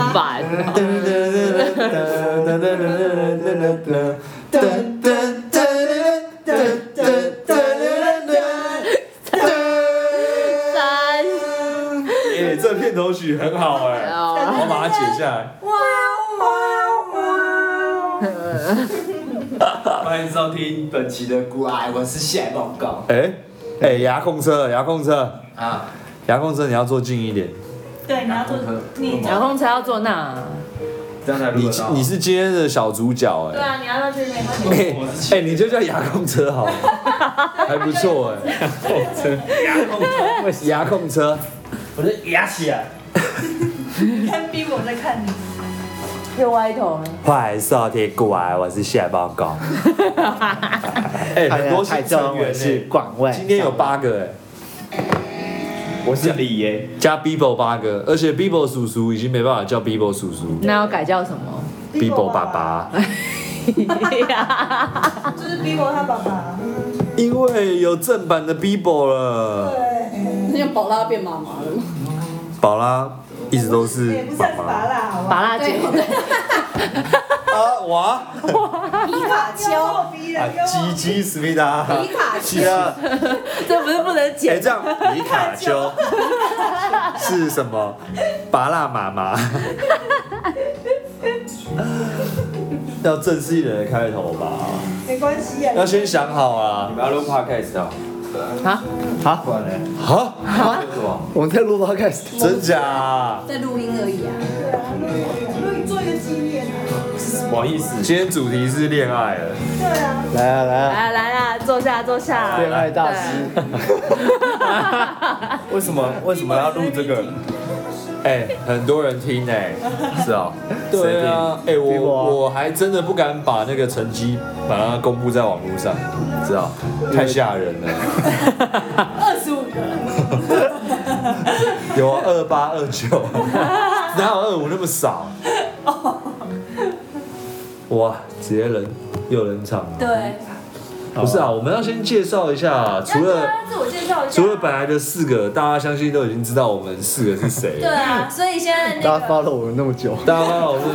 烦哎哦。三哎、这片头曲很好哎、哦，我把它解下来。欢迎收听本期的《古爱》，我是谢梦工哎、哎、遥控车，遥控车，啊，遥控车，你要坐近一点。对，你要做你遥控车要坐那，刚才你录到，你是今天的小主角哎、对啊，你要到去没问哎题。、哎你就叫遥控车好了，还不错 哎、遥控车，我的牙起来，看逼我在看你，又歪头了。欢迎收听古玩，我是谢报告。 哎、很多新成员、欸，广卫今天有八个哎、我是李岩，加 Bibo 八个，而且 Bibo 叔叔已经没办法叫 Bibo 叔叔那要改叫什 么？ ，Bibo 爸爸，就是逼我他爸爸。因为有正版的 Bibo 了。对，那宝拉变妈妈了吗？宝拉一直都是也哎不妈算是拔妈。啦，好吧？拔蜡姐，啊哇！皮卡丘，超逼啊的，跟吉我吉思密达。皮卡丘是，啊，这不是不能哎剪 这样皮卡丘 是什么？拔蜡妈妈。 要正式一点的开头吧，没关系啊。要先想好啊你。们要录 podcast 啊？啊？好，不然呢？啊，录什么？我们在录 podcast， 真假啊？在录音而已啊。对啊，录录做一个纪念啊。什么意思？今天主题是恋爱了。对啊，来啊来啊，来来啦，坐下坐下。恋爱大师，为什么为什么要录这个？哎、很多人听哎、是啊，对啊，哎、谁我听我我还真的不敢把那个成绩把它公布在网络上，知道？太吓人了。二十五个，有啊，二八二九， 哪有二五那么少？哦哇，直接人又冷场。对，不是啊，我们要先介绍一下啊，除了自我介绍一下除了本来的四个，大家相信都已经知道我们四个是谁对了。啊，所以现在大那家个 follow 我们那么久，大家好，我是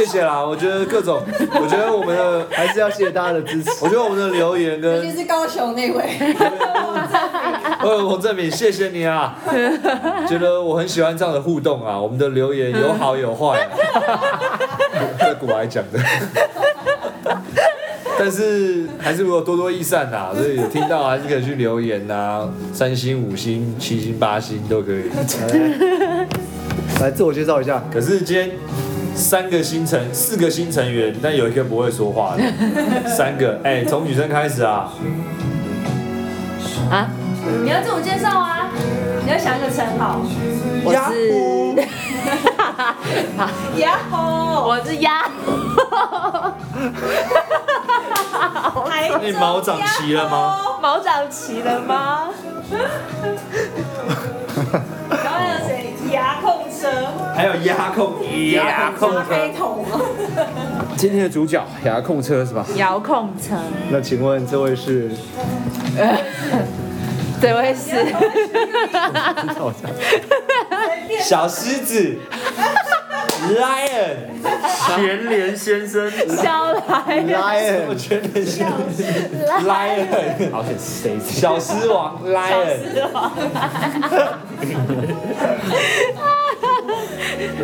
谢谢啦。我觉得各种，我觉得我们的还是要谢谢大家的支持。我觉得我们的留言尤跟其是高雄那位，呃洪正敏，谢谢你啊，觉得我很喜欢这样的互动啊，我们的留言有好有坏、啊，这古来讲的， 但是还是如果多多益善呐、所以有听到还是可以去留言呐、三星、五星、七星、八星都可以。来自我介绍一下，可是今天三个新成四个新成员，但有一个不会说话的，三个哎，从女生开始啊，啊，你要自我介绍啊，你要想一个称号。我是呀吼， 我是鸭，还那你毛长齐了吗？毛长齐了吗？ 然后还有谁？牙控车，还有压控压控黑头吗？今天的主角遥控车是吧？遥控车，那请问这位是？这位 是哎小狮子 lion 全联先生肖来什么 Lion，全联先生 lion 好险谁？小狮王 lion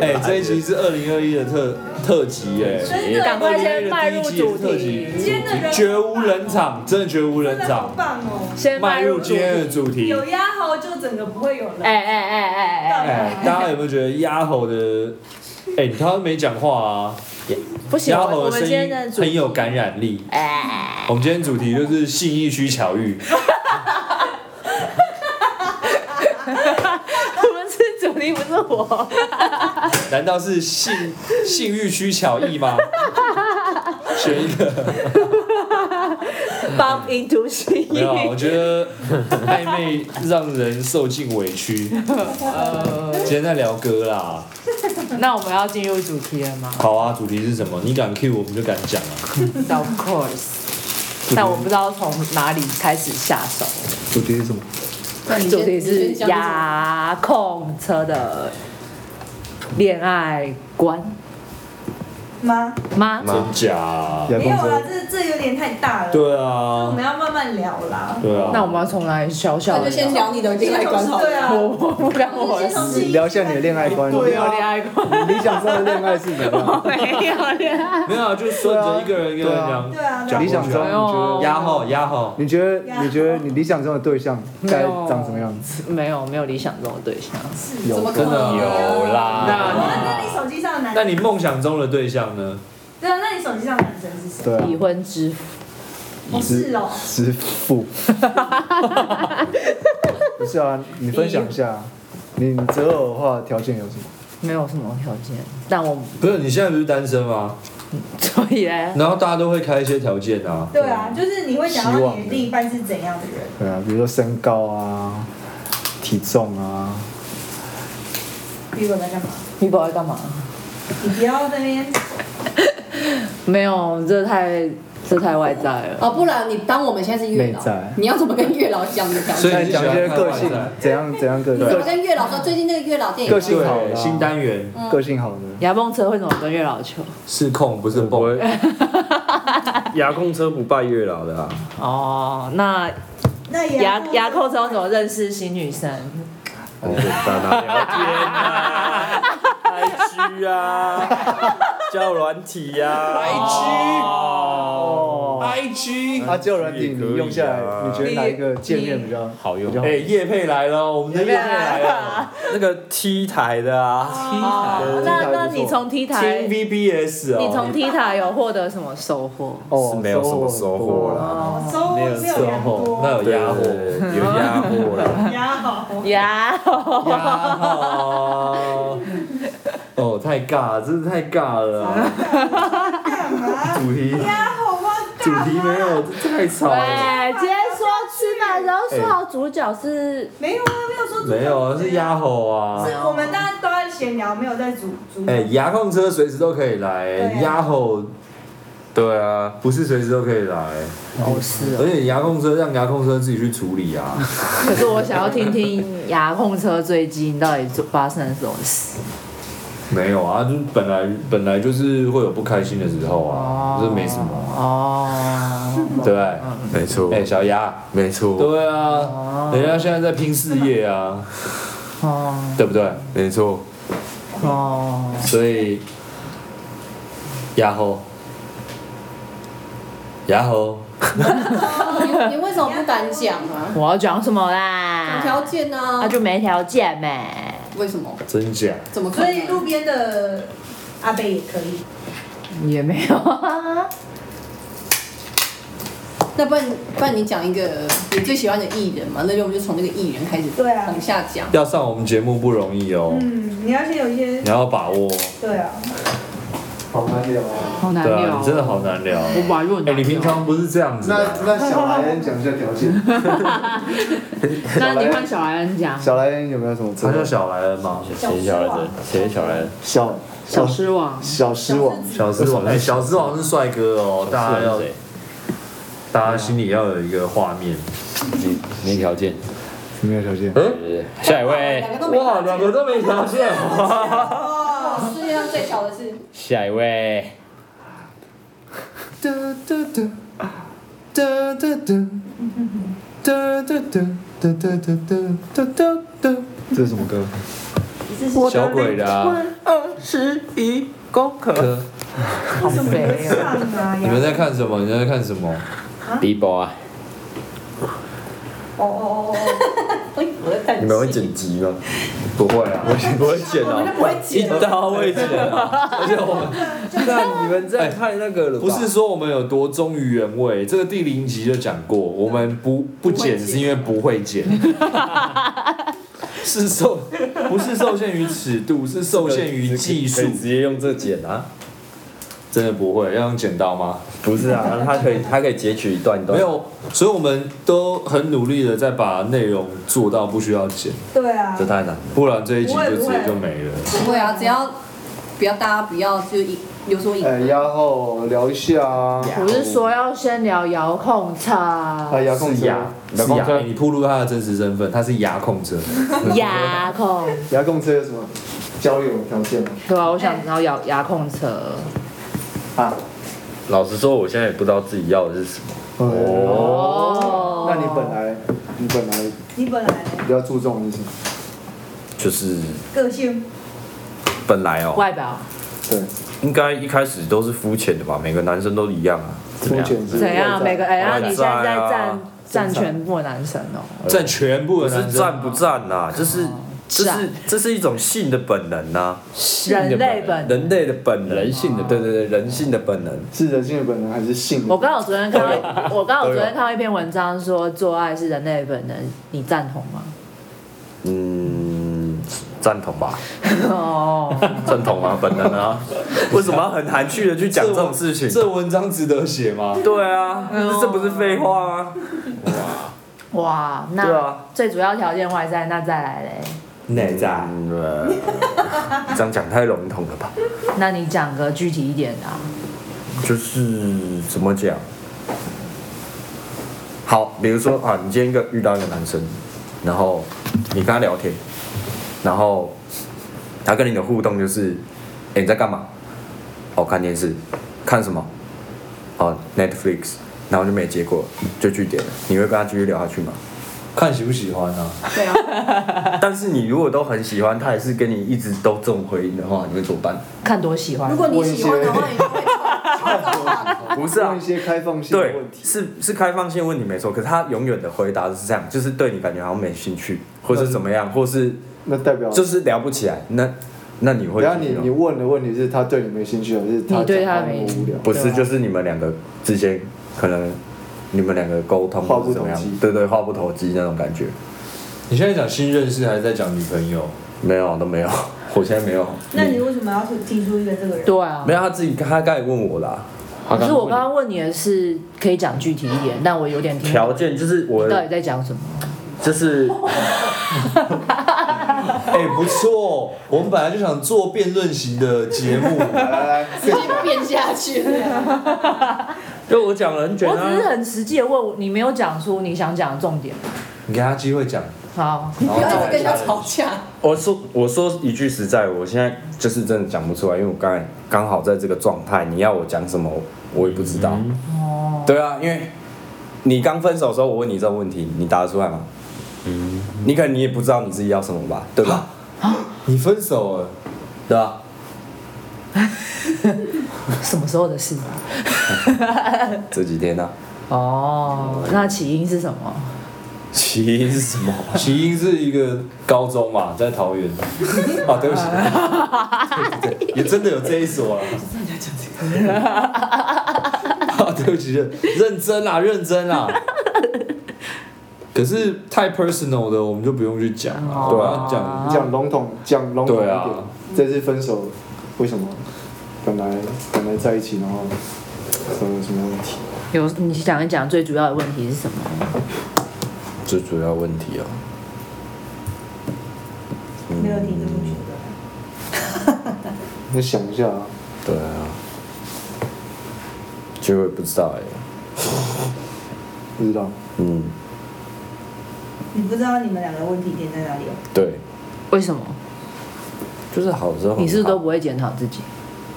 哎，这一集是二零二一的特特辑哎，真的赶快先迈2021的入第一季主是特辑题，今天的人绝无冷场，真的绝无冷真的好场，棒哦。 先迈迈入入主今天题。的主题。有压吼就整个不会有人。哎哎哎哎哎，哎，大家有没有觉得鸭吼的？哎，他没讲话啊，不行，鸭我吼我的们声今天音的主很有感染力。哎， 我们今天主题就是信义区巧遇。我们是主题，不是 我。难道是性性欲区巧艺吗？选一个， Bump into 蜥没有啊，蜴我，觉得暧昧让人受尽委屈。今天在聊歌啦，那我们要进入主题了吗好啊，主题是什么？你敢 Q 我们就敢讲啊。 ？Of course。但我不知道从哪里开始下手。主题是什么？那你主题先是你先讲遥控车的恋爱观吗？吗？真假？啊牙没有哎公啦车，这这有点太大了。对我啊，们要慢慢聊啦。对那啊，我们要从哪里小小那的？就先聊你的恋爱观好对了。啊，我我不敢我先从自己聊一下你的恋爱观。没有恋爱观，你理想中的恋爱是怎么样？没有恋爱。没有啊，就顺着一个人一个人讲对啊，对讲啊理想中你觉没得有？压后压后，你觉得你觉得你理想中的对象该长什么样子？没有没有理想中的对象，有怎么可真的能有哇，啦。那你手机上的男那生，你梦想中的对象呢？对啊，那你手机上的男生是谁？对啊，已婚之夫。哦，是哦，支付。不是啊，你分享一下啊，你择偶的话条件有什么？ 没有什么条件，但我不是你现在不是单身吗？所以嘞，然后大家都会开一些条件啊，对啊，就是你会想希到望你的另一半是怎样的人？对啊，比如说身高啊、体重啊，比我在干嘛？你宝在干嘛？你不要在那边没有，这太这太外在了。哦，不然你当我们现在是月内老在，你要怎么跟月老讲你的条所以件？再讲一些个你喜欢性看外在，怎样怎样个你怎么个跟月老说最近那个月老电影？个性好的啊对，新单元个性好的，牙蹦车会怎么跟月老求？是控不是我蹦，会 牙控车不拜月老的啊，哦，那那也牙牙扣车怎么认识新女生？哦很简单啊， 聊天啊，IG 啊，交友软体呀哦， IG，那交友软体你用下也可来，你觉得以啊哪一个界面比较好用比较哎，叶佩来了，我们的叶佩来了那个 T 台的啊，哦，那那你从 T 台听，VBS 你哦从，T 台有获得什么收获？哦是没有什么收获啦。哦，收获没有没有售良后，那多，有压货，有压货了。牙好，呀，压货，哦，太尬了，真的太尬了啊，干嘛？主题牙好吗？主题没有，这太吵了，对，今天说吃饭的时候说好主角是没有啊，没有说主没有啊，是压吼啊是。我们大家都在闲聊，没有在组组。哎、牙控车随时都可以来、对啊牙吼对啊，不是随时都可以来、哦是而且牙控车让牙控车自己去处理啊。可是我想要听听牙控车最近到底做发生了什么事。没有啊，就是本来本来就是会有不开心的时候啊，这、没什么啊、哦，对不对？哎、嗯没错，小牙，没错，对啊，人家现在在拼事业啊，哦对不对？没错。哦，所以牙吼，牙吼，你你为什么不敢讲啊？我要讲什么讲啦？条件啊那？就没条件呗。为什么？真假？怎么可所以能？路边的阿贝也可以，也没有啊，那不然不然你讲一个你最喜欢的艺人嘛？那就我们就从那个艺人开始，对啊往下讲。要上我们节目不容易哦，嗯，你要先有一些你，要把握。对啊，好难聊啊。好难对聊啊，哦。你真的好难聊。我把论。哎、你平常不是这样子啊那的，那小莱恩讲一下条件， 那你换小兰讲， 小莱恩有没有什么择他叫偶？小莱恩吗？谁小来着？谁小来着？小小狮王，小狮王，小狮王，哎、小狮王是帅哥哦，大家是要谁？大家心里要有一个画面。你没条件。有没有条件？哎对对对下一位两，个都没条件。都没条件， 世界上最小的是下一位，哒哒哒哒哒哒哒哒哒哒哒哒哒哒哒。这是什么歌？小鬼的啊、好肥哦。上啊，你牙们在看什么？你们在看什么？ b 波啊，哦哦哦哦，你们会剪辑吗？不会啊，我不会剪啊我们就不会一剪了。刀未剪啊！而且我们，那你们在看那个 了吧不是说我们有多忠于原味，这个第零集就讲过，我们不不剪是因为不会 剪，是受不是受限于尺度，是受限于技术 可以，直接用这剪啊？真的不会要用剪刀吗？不是啊，它可以，它可以截取一段一段。没，有，所以我们都很努力的在把内容做到不需要剪，对啊这，太难了。不然这一集就直接就没了。不会啊，只要不要大家不要就是引有所引。哎，然后聊一下啊，我是说要先聊遥控车，啊，遥控是车，牙，是控牙，车欸 哎你暴露他的真实身份，他是牙控车。遥控遥控车有什么？交友条件吗？对啊，我想知道遥遥控车。哦啊，老实说，我现在也不知道自己要的是什么。哦，哦那你本来你本来你本来比较注重的是什么？就是个性本来哦，外表对，应该一开始都是肤浅的吧，每个男生都一样啊。怎么肤样浅是怎样？每个哎，然后外在啊你现在在占占全部的男生哦。占全部不的是男生赞不 赞呐，就是这是啊是这是一种性的本能呐，人类本人类的本能，啊人性的对对对，人性的本能。是人性的本能还是性我的？刚好昨天看到，我刚好昨天看到一篇文章说，做爱是人类的本能，你赞同吗？嗯，赞同吧，哦，赞同啊，本能啊， 为什么要很含蓄的去讲这种事情？这文章值得写吗？对啊，这不是废话吗？哇，对那啊最主要条件外在，那再来嘞？内在嗯，呃 这样讲太笼统了吧？那你讲个具体一点的啊。就是怎么讲？好，比如说啊，你今天一个遇到一个男生，然后你跟他聊天，然后他跟你的互动就是，哎、你在干嘛？哦，看电视，看什么？哦，Netflix，然后就没结果，就据点了。你会跟他继续聊下去吗？ 看喜不喜欢啊？对啊，但是你如果都很喜欢他，还是跟你一直都这种回应的话，你会怎么办？看多喜欢如。果你喜欢的话，你就会创造话题。不是啊 问一，些开放性的对问，题，是是开放性问题没错，可是他永远的回答是这样，就是对你感觉好像没兴趣，或是怎么样，或是那代表就是聊不起来。那那你会然后怎你么你样？问的问题是他对你没兴趣，还是他你对讲他话没那么无聊？不是，对啊就是你们两个之间可能你们两个沟通话不或是怎么样投机，对对，话不投机那种感觉，你现在讲新认识还是在讲女朋友？没有啊都没有，我现在 没有。那你为什么要提出一个这个人？对啊没。有他自己他刚才问我啦，他可刚是刚我问刚刚问你的是可以讲具体一点，但我有点听不条懂件就是我你到底在讲什么。就是哎，不错，我们本来就想做辩论型的节目，来来，已经变下去了。就我讲了很简我单只是啊，很实际的问你，没有讲出你想讲的重点。 你给他机会讲。好，哦你不要一直跟人家吵架。我哦说我说一句实在，我现在就是真的讲不出来，因为我刚才刚好在这个状态，你要我讲什么，我也不知道。哦，对啊，因为你刚分手的时候，我问你这个问题，你答得出来吗？你可能你也不知道你自己要什么吧，对吧？你分手了，对吧？什么时候的事？这几天呢、哦，那起因是什么？起因是什么？ 起因是一个高中嘛，在桃 园。啊，对不起，对对对也真的有这一所 啊。啊，对不起，认认真啊，认真啊。可是太 personal 的，我们就不用去讲哦了。对啊，讲讲笼统，讲笼统一对点啊。这次分手为什么？本来本来在一起，然后呃什么问题？有你讲一讲最主要的问题是什么？最主要问题哦，嗯没有提这么久的，你想一下啊，对啊，就我也不知道哎、不知道。嗯，你不知道你们两个问题点在哪里哦。对，为什么？就是好的时候很哦好你是不是都不会检讨自己？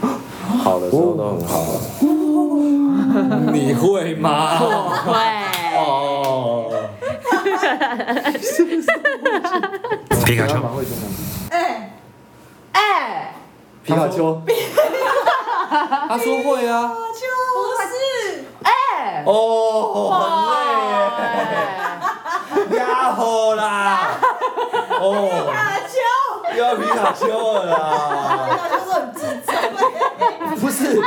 好的时候都很好啊。你会 吗？会。哦，皮卡丘蛮会讲的。哎，哎，皮卡丘，他说会啊。就是哎，哦，很累耶，压火啦。哦，打球，又要皮卡丘了啦。打球说很智障。不是，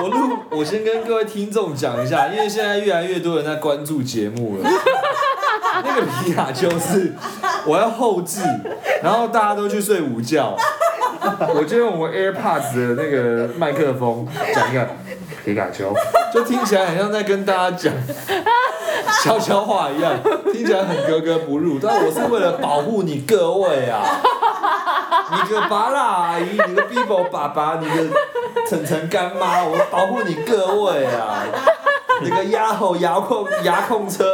我录，我先跟各位听众讲一下，因为现在越来越多人在关注节目了。那个皮卡丘是我要后置，然后大家都去睡午觉。我就用我 AirPods 的那个麦克风讲一个皮卡丘，就听起来很像在跟大家 讲悄悄话一样，听起来很格格不入。但我是为了保护你各位啊，你个巴拉阿姨，你个 Bibo 爸爸，你个晨晨干妈，我保护你各位啊。你个压吼遥控遥控车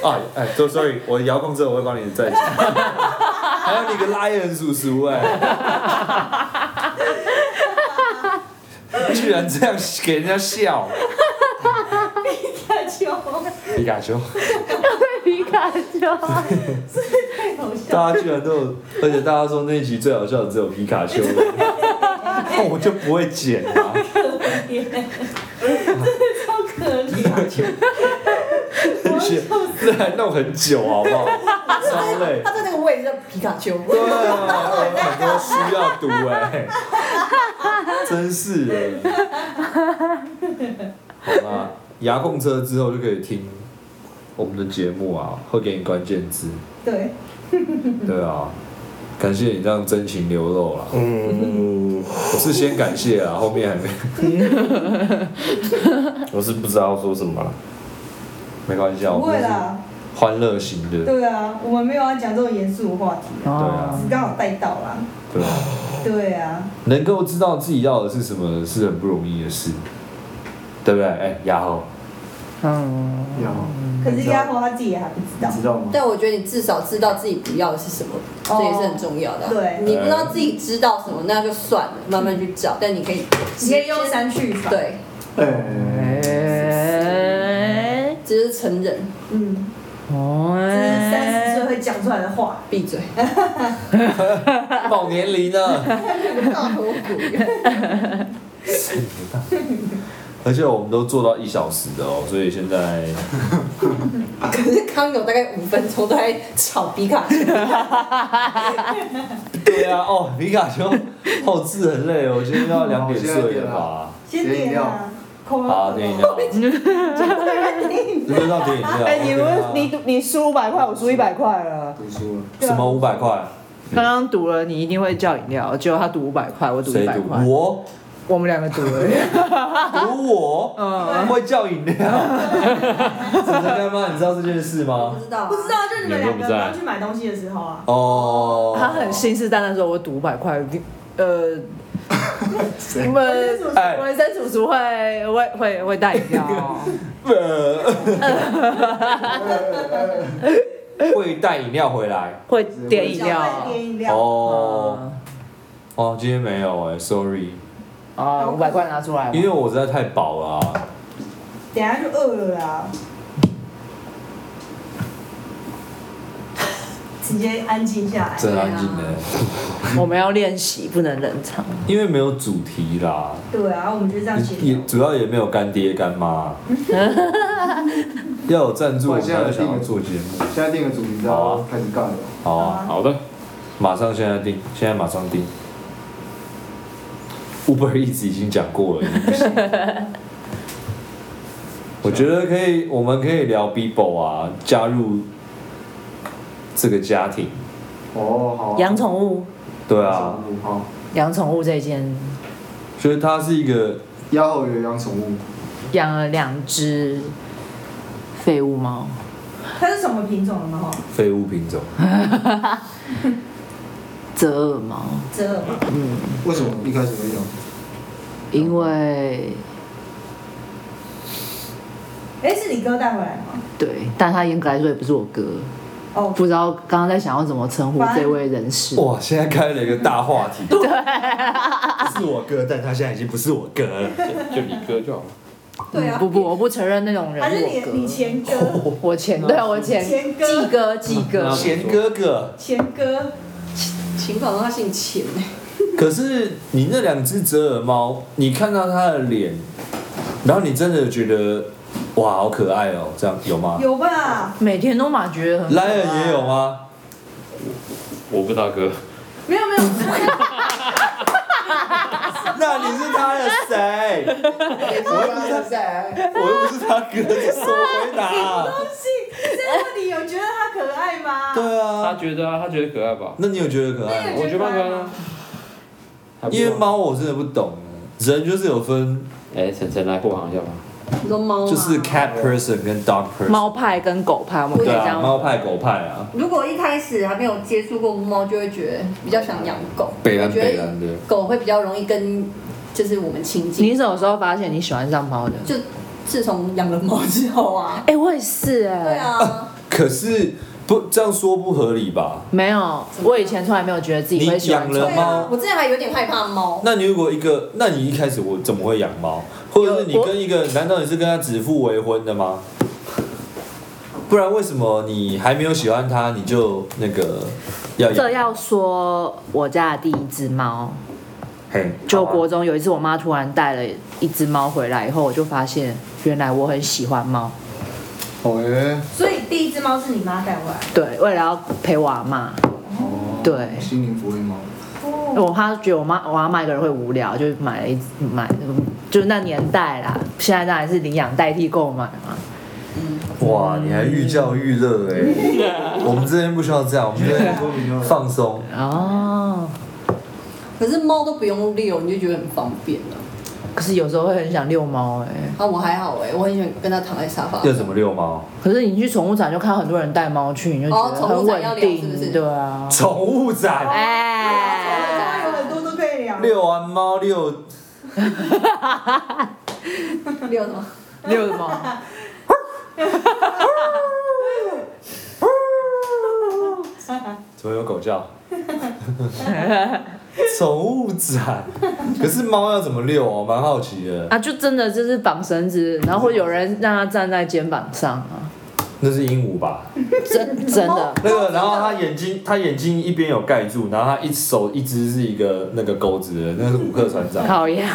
啊！哎，都 sorry，我遥控车我会帮你再讲。 还有你个 lion 叔叔哎、居然这样给人家笑，看球，皮卡丘，皮卡丘。太好笑。大家居然都有，而且大家说那一集最好笑的只有皮卡丘， 那我就不会剪啊。超可怜，这还弄很久好不好？超 累。他在那个位置叫皮卡丘，对啊，有很多书要读哎、真是的。好啦，牙控车之后就可以听我们的节目啊，会给你关键字。对，对啊，感谢你这样真情流露啦。嗯，我是先感谢啊，后面 还没我是不知道说什么了。没关系啊，不我会们是啦，欢乐型的。对啊，我们没有要讲这种严肃的话题，哦啊只刚好带到啦。对啊，对啊，能够知道自己要的是什么是很不容易的事，对不对？哎、牙 后嗯，然后可是丫头她自己也还不知道你。知道吗？但我觉得你至少知道自己不要的是什么，哦这也是很重要的啊。对你不知道自己知道什么，那就算了，慢慢去找。但你可以，你可以用删去法。，对，哎，哎，这就是成人，嗯，哦，哎这是三十岁会讲出来的话。闭嘴，报年龄啊 呢？大头骨。而且我们都做到一小时的哦，所以现在 可是康永大概五分钟都在吵皮卡丘，对啊，哦，皮卡丘后置很累哦，我今天要两点睡了吧？先点啊，空好，点饮料，你们要点 饮料？哎，你 OK 们吗你嗯你输五百块，我输一百块了。读书了，什么五百块？刚刚赌了，你一定会叫饮料，结果他赌五百块，我赌一谁百赌？块，我我们两个赌了。赌我，会叫饮料。陈陈干妈，你知道这件事不吗？知道啊，不知道，就是你们两你个们都不在然后去买东西的时候啊，哦，他很信誓旦旦说，我赌五百块，呃。我们哎我们森叔叔会会会会带饮料哦，呃会带饮料回来会点饮料小杯点饮料，哦。哦，今天没有哎，sorry，啊，五百块拿出来吧，因为我实在太饱了啊、等一下就饿了啦。直接安静下来。啊真安静的，我们要练习，不能冷场。因为没有主题啦，对啊，我们就这样写。也主要也没有干爹干 妈，要有赞助我们才会想要做节目。现在定个主题，然后开始干了。好啊，好的，马上现在定，现在马上定。Uber 一直已经讲过了，已经不行我觉得可以，我们可以聊 Bibo 啊，加入这个家庭，哦，好啊。养宠物，对啊，宠物好。养宠物这件，就是它是一个鸭后有养宠物，养了两只废物猫，它是什么品种的吗？哈，废物品种。折耳猫，折耳吗？为什么一开始会养？因为哎，是你哥带回来的吗？对，但他严格来说也不是我哥，哦，不知道刚刚在想要怎么称呼这位人士。哇，现在开了一个大话题。 对，是我哥，但他现在已经不是我哥了。就你哥就好了。对嗯啊，不不，我不承认那种人还是是我你你哥，前哥，我前对啊我前前哥季哥季 哥，钱哥哥，前哥，秦宝他姓秦欸可是你那两只折耳猫，你看到它的脸，然后你真的觉得哇，好可爱哦，这样有吗？有吧？每天都马觉得很可莱爱恩也有？啊吗？我不大哥，没有没有，那你是他的谁？我又不是他哥，你什么回答啊？ 东西，这个问题有觉得他可爱吗？对他啊，觉得啊，他觉得可爱吧？那你有觉得可爱那吗？你有我觉得可蛮可爱爱的吗啊。还不错因为，猫我真的不懂，人就是有分，哎，晨晨来护航一下吧。你说猫吗就是 cat person 跟 dog person。啊猫派跟狗派，我们可以对这啊，样猫派狗派啊。如果一开始还没有接触过猫，就会觉得比较想养狗。北兰我觉得北兰的狗会比较容易跟就是我们亲你近。什么时候发现你喜欢上猫的？就自从养了猫之后啊，哎、我也是哎、对啊，可是不这样说不合理吧？没有，我以前从来没有觉得自己会喜欢你养了宠对物。啊，我之前还有点害怕猫，那你如果一个，那你一开始我怎么会养猫？或者是你有我跟一个，难道你是跟他指腹为婚的吗？不然为什么你还没有喜欢他，你就那个要这养？要说我家的第一只啊猫，嘿，就好吧国中有一次，我妈突然带了一只猫回来以后，我就发现原来我很喜欢猫。好耶，所以第一只猫是你妈带回来，对，为了要陪我阿妈，对，哦心灵抚慰猫，我怕觉得我妈我阿妈一个人会无聊，就买了一只买，就是那年代啦，现在当然是领养代替购买嘛。哇，你还寓教于乐哎！我们这边不需要这样，我们这边放松。哦，可是猫都不用遛，你就觉得很方便了。可是有时候会很想遛猫哎、啊，我还好哎、我很喜欢跟它躺在沙发。要怎么遛猫？可是你去宠物展就看到很多人带猫去，你就觉哦得宠很物展要稳定，聊是不是哦对啊。宠物展，哎，有很多都可以聊。遛完猫遛，遛什么？ 遛什么？怎么有狗叫？ 宠物展，可是猫要怎么遛哦？蛮好奇的。啊，就真的就是绑绳子，然后会有人让它站在肩膀上啊，那是鹦鹉吧？ 真真的。那个，然后他眼睛，他眼睛一边有盖住，然后他一手一只是一个那个钩子的，那是五克船长。讨厌，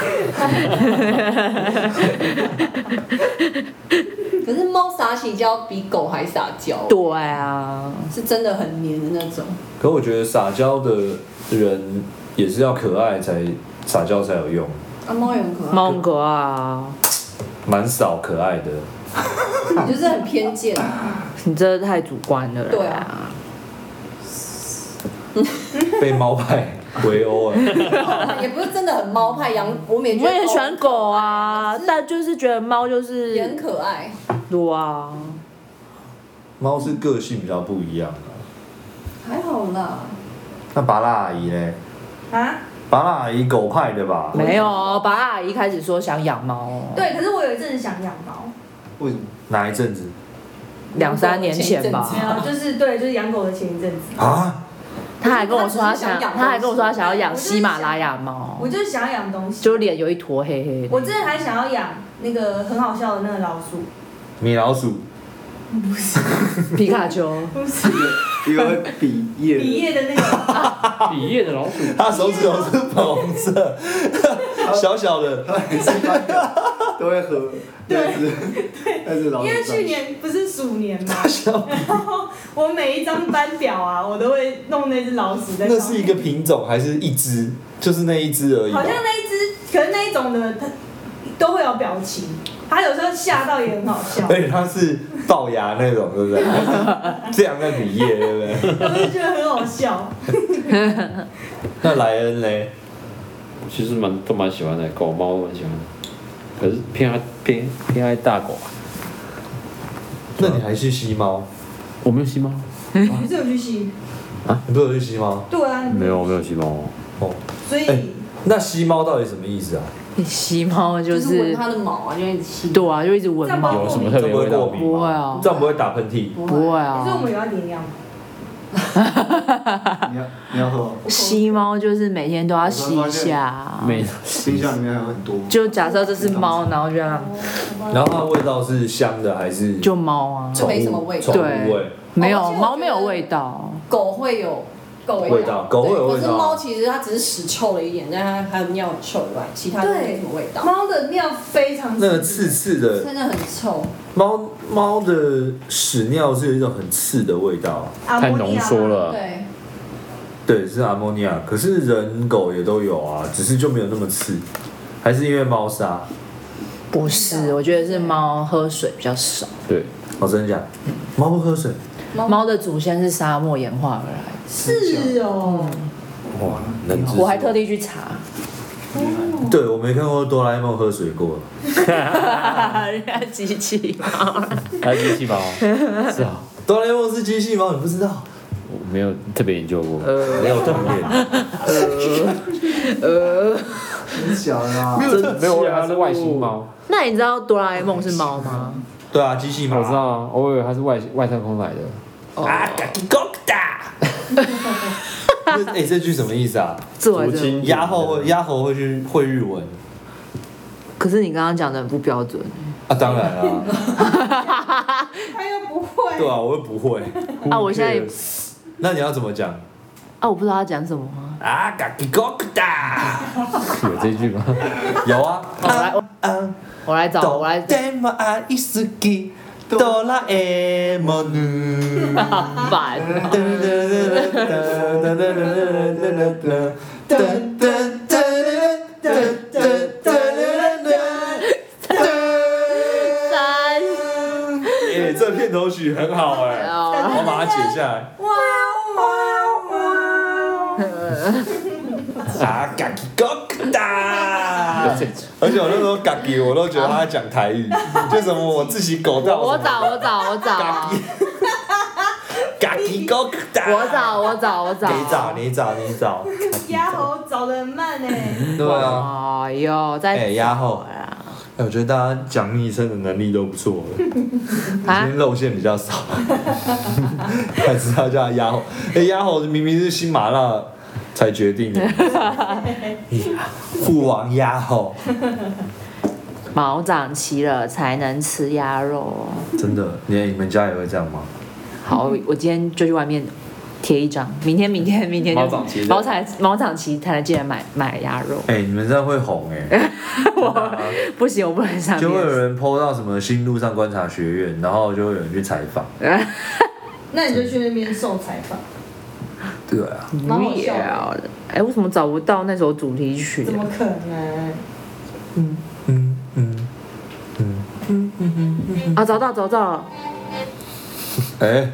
可是猫撒起娇比狗还撒娇，对啊，是真的很黏的那种。可我觉得撒娇的人也是要可爱才撒娇才有用，啊，猫也很可爱。猫很可爱啊，蛮少可爱的。你就是很偏见，你这太主观了啦。对啊被猫派 围殴啊！也不是真的很猫派。养我们也觉我得也喜欢狗狗啊可爱，但就是觉得猫就也很是可爱。多啊，猫是个性比较不一样啊。还好啦，那拔蜡阿姨嘞？啊？拔蜡阿姨狗派的吧？没有哦。把阿姨开始说想养猫哦，对，可是我有一阵子想养猫，为什么？哪一阵子两三年前吧前一没阵子有，就是对，就是养狗的前一阵子，啊？他还跟我说他他只是想养他还跟我说他想要养东西喜马拉雅猫我，就是想要养东西。就脸有一坨黑黑我的。之前还想要养那个很好笑的那个老鼠，米老鼠皮卡丘，一个比耶毕业的那个，毕业的老鼠， 他手指头是粉红色， 小小的，都会合，但是但是老因为去年不是鼠年 嘛，然后我每一张班表啊，我都会弄那只老鼠在那上是一面。个品种还是一只？就是那一只而已吧好。像那一只，可能那一种的，它都会有表情，它有时候吓到也很好笑，而且它是龅牙那种，对不 对？它是这样在比耶，对不对？ 我就觉得很好笑。那莱恩嘞？我其实蛮都蛮喜欢的，狗猫都蛮喜欢的，可是偏爱偏偏爱大狗啊。那你还去吸猫？我没有吸猫，哎你是有去吸？你不是有去吸猫？对啊，你没有我没有吸猫，哦，所哎以那吸猫到底什么意思啊？吸猫就就是闻是它的毛啊，就一直吸。对啊，就一直闻这样猫吗有什么特别味道这吗？么不会啊，这样不会打喷嚏？不会可是我啊。们有要领养吗，你要你要喝，吸猫就是每天都要吸一下，哦没，冰箱里面还有很多。就假设这是猫，然后就让然后它的味道是香的还是就猫啊，就没什么味道宠物宠物味对，没而有且我觉得猫没有味道，狗会有狗味道狗会有味道对可是猫其实它只是屎臭了一点，但它还有尿很臭以外，其他都没什么味道。猫的尿非常那个刺刺的真的很臭，猫猫的屎尿是有一种很刺的味道，啊阿太莫尼浓亚吗缩，了，啊对，对，是阿莫尼亚。可是人狗也都有啊，只是就没有那么刺，还是因为猫砂？不是，我觉得是猫喝水比较少。对，哦，真的假的？猫不喝水，猫的祖先是沙漠演化而来，是哦，哇，能知识我还哦特地去查， 对我没看过哆啦 A 梦喝水过。人家机器猫，还有机器猫，是啊，哆啦 A 梦是机器猫，你不知道？我没有特别研究过。呃，没有童年，很小啊啦，真没有，啊它是外星猫。那你知道哆啦 A 梦是猫吗？对啊，机器我猫知道啊，我以为它是外外太空来的。啊，嘎叽咕哒。这哎，这句什么意思啊？自我竹这，青压后会压后会去会日文可是你刚刚讲的很不标准。啊，当然 啊，他又哎不会，对啊，我又不会。啊我现在也 Who cares？那你要怎么讲？啊，我不知道他讲什么啊。啊，嘎叽咕哒。有这句 吗？有啊，我来，我啊，我来找， 我来。哆啦 A 斯基，哆啦 A 梦。好烦哦。三哎，这片头曲很好哎，哦，我把它解下来。哇哇哇！啊，嘎叽咕哒！而且我那时候嘎叽，我都觉得他在讲台语，就什么我自己狗到我找，我找，我找，嘎叽咕哒，我找，我找，我找。你找你找你找，鸭喉找的慢哎、对啊，哎呦，在哎压后哎，呀哎我觉得大家讲昵称的能力都不错，今啊天，露馅比较少，还知道叫他压后，哎压后明明是新麻辣才决 定的，哎父王压后，毛长齐了才能吃鸭肉。真的，你你们家也会这样吗？好，我今天就去外面贴一张，明天明天明天就毛长齐了毛长毛长齐才能进来买买鸭肉。哎、你们这样会红 啊哎、不行，我不能上就会有面。人 PO 到什么新路上观察学院，然后就会有人去采访。那你就去那边受采访，对啊，蛮不好笑的要了。哎，为什么找不到那首主题曲怎啊？么可能？嗯嗯，啊，找到找到了，哎、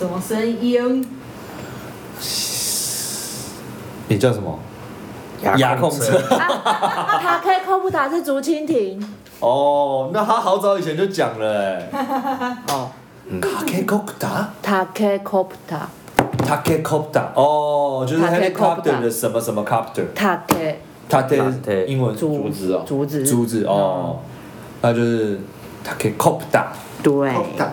什么声音？你叫什么？牙控车。塔克科布塔是竹蜻蜓。 哦，那他好早以前就讲了哎、哦，塔克科达，塔克科布塔，塔克科达，哦，就是 Takekopta helicopter 的什么什么 copter，塔克塔克 Take- 英文竹竹子哦竹子，嗯珠子哦，那就是塔克科达。对，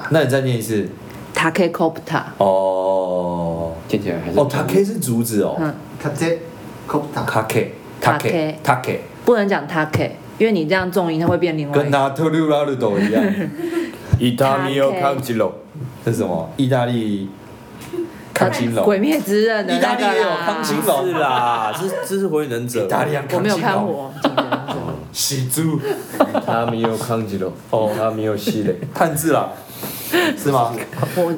那你再念一次塔克科布塔，哦。听起来还是哦，塔克是竹子哦，嗯，卡特，口打，塔克塔克 Take 塔克，不能讲塔克，因为你这样重音它会变另外跟一个。拿特鲁拉鲁斗一样。 意大利有康吉隆，这是什么？意大利康金龙，鬼灭之刃的意那大个利也有啦康金不是龙，啦，这这是火影忍者。 意大利康金我龙没有看，过。喜猪他没有康吉隆，哦，他没有西雷，炭治郎是吗？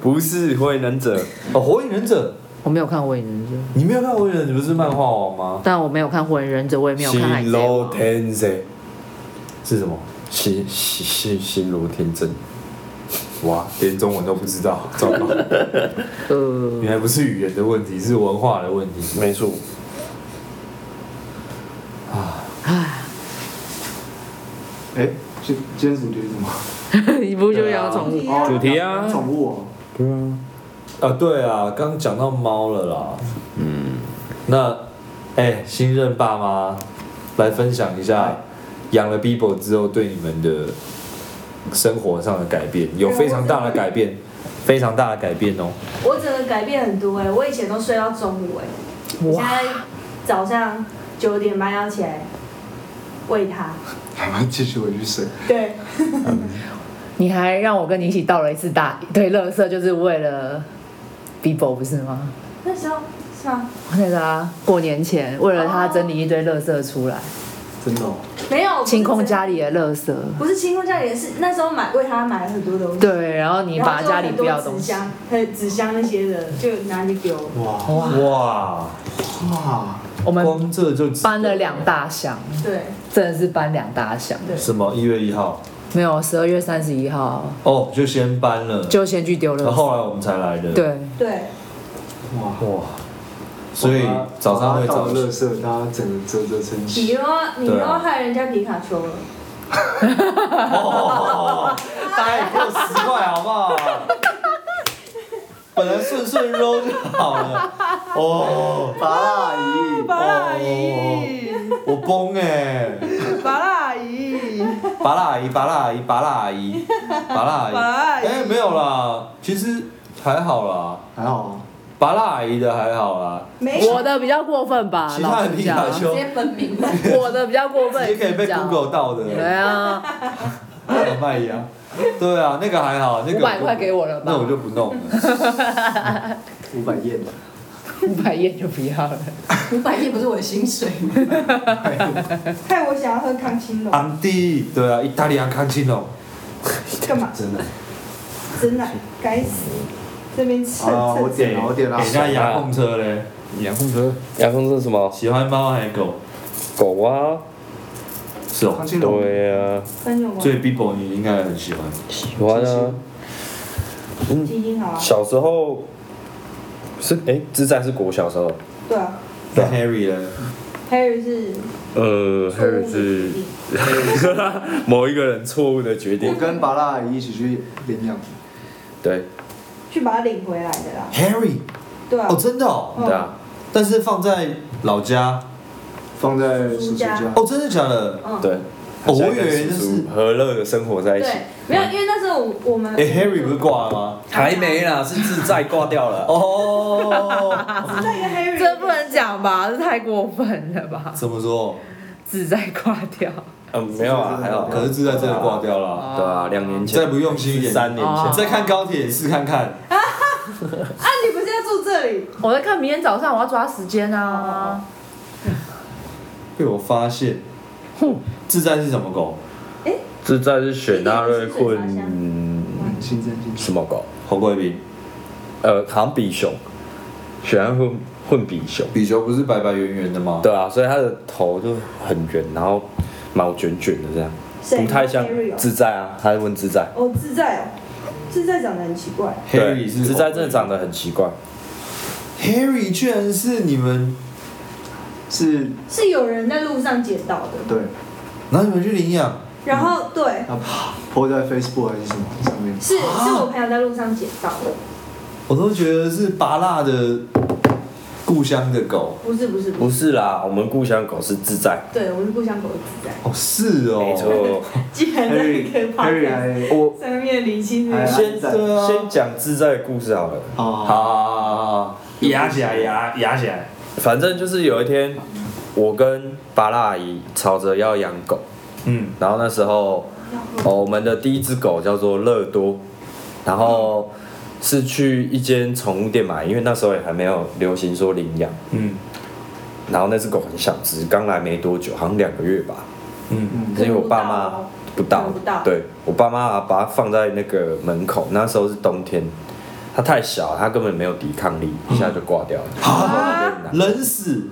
不是火影忍者，哦，火影忍者，我没有看火影忍者，你没有看火影忍者不是漫画王吗？但我没有看火影忍者，我也没有看海贼王。天贼，是什么？心心心心如天真。哇，连中文都不知 道，糟糕！呃， 原来不是语言的问题，是文化的问题。没错，哎，今今天主题是什么？你不就要宠物？哦主题啊，宠物啊，对啊，刚讲到猫了啦。嗯，那哎，新任爸妈来分享一下养了 Bibo 之后对你们的生活上的改变，有非常大的改变，啊非常大的改变哦。我整个改变很多哎、我以前都睡到中午哎、我现哇，在早上九点半要起来喂它。哦，还要继续回去睡。对，你还让我跟你一起倒了一次大一堆垃圾，就是为了 Bibo 不是吗？那时候是吗？那个啊，过年前为了他整理一堆垃圾出来，真的哦，没有清空家，里的垃圾。不是清空家里，是那时候买为它买了很多东西。对，然后你然后把就有家里很多不要的纸东西，箱，还有纸箱那些的，就拿去给我。哇哇，哇，我们光这就值得搬了两大箱，对，真的是搬两大箱。对什么？一月一号没有，十二月三十一号哦，就先搬了，就先去丢然后垃圾。后来我们才来的。，对，对，哇！哇，所以早上会到早垃圾，大家整个啧啧称你奇又。要你又要害人家皮卡丘了，哦，大家也给我十块好不好？本来顺顺揉就好了。哦，八阿姨，拔阿姨，哦我崩哎、欸！拔辣阿姨，拔辣阿姨，拔辣阿姨，拔辣阿姨，拔辣阿姨，哎、没有啦，其实还好啦，还好啊。巴拉阿姨的还好啦，没有我的比较过分吧，其他老的实皮讲，卡丘直接本名了。我的比较过分，也可以被你讲 Google 到的，对啊，跟卖一样。对啊，那个还好，那个五百块给我我了就不，吧那，我就不弄了。五百页吧。五百页就不要了。五百页不是我的薪水吗？害我想要喝康青龙，安迪，对啊，意大利安康青龙，干嘛？真的，真的，该死！这边蹭好了，我蹭蹭，点了，我点了。人家遥控车嘞，遥控车，遥控车是什么？喜欢猫还是狗？狗啊，是哦康，青龙，对啊，真有吗？所以 Bibo 你应该很喜欢。喜欢啊。基因好啊，小时候是哎，自在是国小时候，对啊那 Harry 嘞， ，Harry 是呃，还有错误的是决定某一个人错误的决我定，跟巴拉阿姨一起去领养。对去把他领回来的啦， Harry，对啊哦，，真的哦，对啊，但是放在老家，放在叔叔家。哦，真的假的？嗯，对。哦我以为跟那是叔叔和乐的生活在一起，对，没有，因为那时候我我们哎，Harry 不是挂了吗？还没啦，是自在挂掉了。哦， 那个 Harry 这不能讲吧？这太过分了吧？怎么说？自在挂掉。嗯，没有啊，还好。可是自在真的挂掉了。对哦啊，两年你前再，不用心一点，三年前哦你再看高铁试看看。啊，你不是要住这里？我在看明天早上我要抓时间啊。被我发现，自在是什么狗？自在是雪纳瑞一定是水茶混新生新生。什么狗？侯贵宾，呃，好像比熊，雪纳瑞混混比熊。比熊不是白白圆圆的吗？对啊，所以它的头就很圆，然后毛卷卷的这样，谁不太像 Harry 哦自在啊。他问自在，哦，自在哦，自在长得很奇怪， ，Harry 是自在真的长得很奇怪， ，Harry 居然是你们，是，是有人在路上捡到的，对，然后你们去领养，然后对，他泼在 Facebook 还是什么上面？是啊是我朋友在路上捡到的，我都觉得是拔蜡的故乡的狗。不是不是不不是，是啦，我们故乡狗是自在，对我是故乡狗的自在，哦，是哦，没错。竟然在一 Harry 个 Harry 旁还哦我上面理清哎还楚，先对啊先讲自在的故事好了，哦，好，好好好好好，压起来，压压起来。反正就是有一天，我跟巴拉阿姨吵着要养狗，嗯，然后那时候，哦，我们的第一只狗叫做乐多，然后是去一间宠物店买，因为那时候也还没有流行说领养。嗯然后那只狗很小只，刚来没多久，好像两个月吧。嗯嗯因为我爸妈可不到，哦不到对我爸妈把它放在那个门口，那时候是冬天，它太小，它根本没有抵抗力，一下就挂掉了。啊，冷死，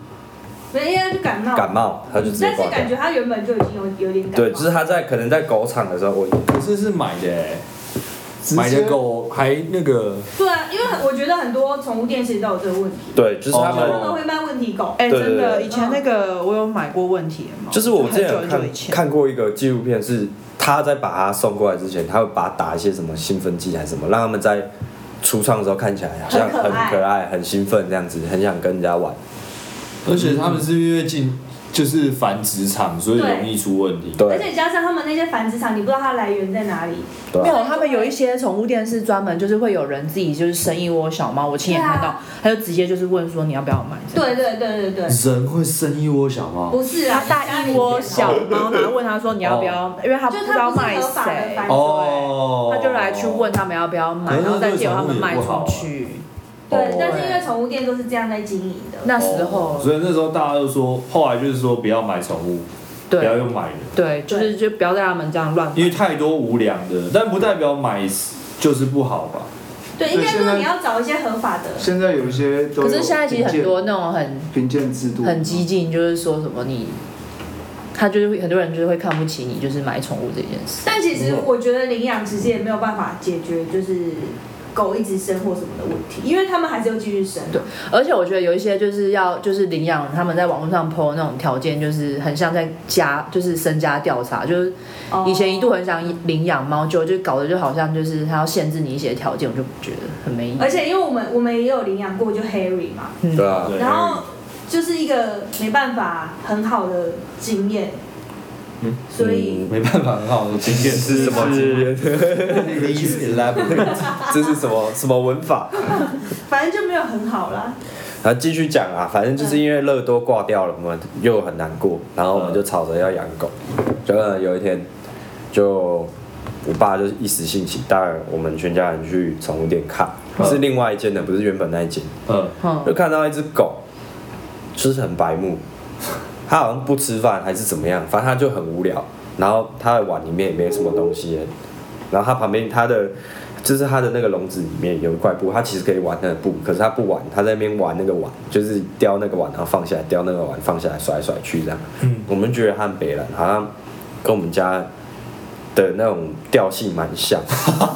没，因为他就感冒，感冒，它就直接但挂是掉感。觉他原本就已经有有点感冒，对，就是它在可能在狗场的时候，我可是是买的欸，直接买的狗还那个，对啊，因为很我觉得很多宠物店其实都有这个问题，对，就是他他们哦们会卖问题狗，哎，对真对的，对以前那个我有买过问题的猫，就是我很之前久有很看久以前，看过一个纪录片，是他在把它送过来之前，他会把它打一些什么兴奋剂还是什么，让他们在初创的时候看起来好像很可很爱可爱、很兴奋这样子，很想跟人家玩。而且他们是因为进就是繁殖场，所以对容易出问题。而对且加上他们那些繁殖场，你不知道它来源在哪里，对没啊，有，他们有一些宠物店是专门就是会有人自己就是生一窝小猫，我亲眼看对到啊，他就直接就是问说你要不要买，对对对对对，人会生一窝小猫，不是啊他，带一窝小猫，然后问他说你要不要，因为他不就知它道不是卖合法的谁，繁殖，哦，他就来去问他们要不要买，然后再借由他们卖出去。对，但是因哎为宠物店都是这样在经营的，那时哦候，所以那时候大家就说，后来就是说不要买宠物，不要对用买的，对，就是就不要让他们这样乱买。因为太多无良的，但不代表买就是不好吧？对，应该所以现说在你要找一些合法的，现在有一些都有可是现在其实很多那种很评鉴制度，很激进，就是说什么你，他就是会很多人就是会看不起你，就是买宠物这件事。但其实我觉得领养其实也没有办法解决就是狗一直生或什么的问题，因为他们还是要继续生，对而且我觉得有一些就是要就是领养，他们在网络上 PO 那种条件，就是很像在家就是身家调查，就是哦以前一度很想领养猫，就就搞得就好像就是他要限制你一些条件，我就觉得很没意而义。且因为我们我们也有领养过，就 Harry 嘛，嗯对啊，对然后就是一个没办法很好的经验，嗯所以没办法，很好的经验是什么？Please elaborate。 这是什么什么文法？反正就没有很好啦。然后继续讲啊，反正就是因为乐多挂掉了，我们又很难过，然后我们就吵着要养狗。结果有一天，就我爸就是一时兴起带我们全家人去宠物店看，嗯是另外一间的，不是原本那一间， 嗯，就看到一只狗，就是很白目，它好像不吃饭还是怎么样，反正它就很无聊，然后它的碗里面也没什么东西，然后它旁边它的。就是它的那个笼子里面有一块布，它其实可以玩那个布，可是它不玩，它在那边玩那个碗，就是叼那个碗，然后放下来，叼那个碗放下来，甩来甩去这样。嗯我们觉得它很北蓝，好像跟我们家的那种调性蛮像。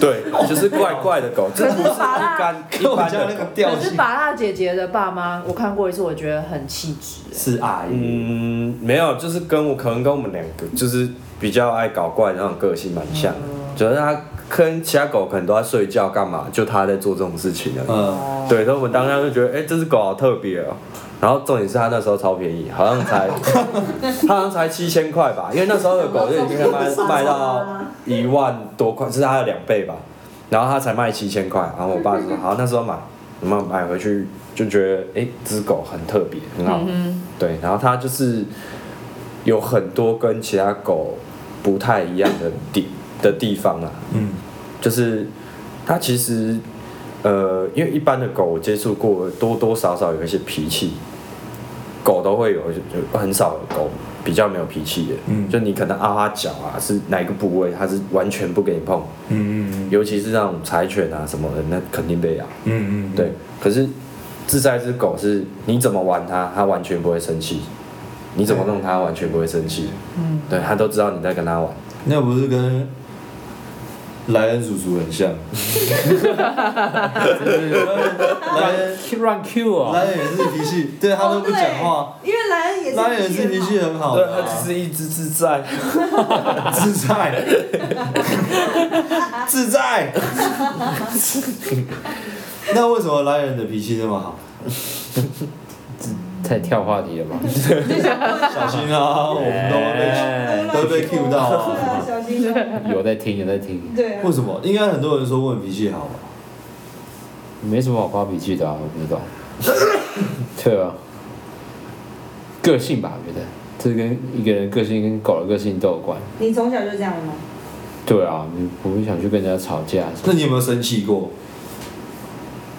对，就是怪怪的狗，这不是一般 一跟我般家那的个狗。调可是性把蜡姐姐的爸妈，我看过一次，我觉得很气质、 欸是阿姨，嗯，没有，就是跟我可能跟我们两个就是比较爱搞怪的那种个性蛮像的，主要是它跟其他狗可能都在睡觉干嘛，就它在做这种事情而已。嗯，对，所以我们当下就觉得，哎、这只狗好特别哦、然后重点是它那时候超便宜，好像 才，它好像才七千块吧，因为那时候的狗就已经卖卖到一万多块，是它的两倍吧。然后它才卖七千块，然后我爸就 说，好，那时候买，我们买回去就觉得，哎、这只狗很特别，很好。对，然后它就是有很多跟其他狗不太一样的地的地方啊。嗯，就是它其实呃，因为一般的狗我接触过，多多少少有一些脾气，狗都会有，就很少有狗比较没有脾气的。嗯就你可能啊它脚啊是哪一个部位，它是完全不给你碰，嗯嗯尤其是那种柴犬啊什么的，那肯定被咬。嗯嗯，对，可是自在之狗是你怎么玩它，它完全不会生气；你怎么弄它，完全不会生气。嗯，对，它都知道你在跟它玩。那不是跟莱恩叔叔很像？莱恩，乱 Q 哦，莱恩也是脾气，对他都不讲话哦，，对因为莱恩也是莱恩也是脾脾气气很好。很好对，的它啊，只是一只自在。自在，自在。那为什么莱恩的脾气那么好？太跳话题了吧？小心啊，我们都会都被 cue 到啊对啊，小心哦。有在听，有在听，对被。为啊，什么？应该很多人说问脾气好吧？没什么好发脾气的啊，我不知道。 对啊，个性吧，我觉得这跟一个人个性跟狗的个性都有关。你从小就这样吗？对啊，你不会想去跟人家吵架什么那你有没有生气过？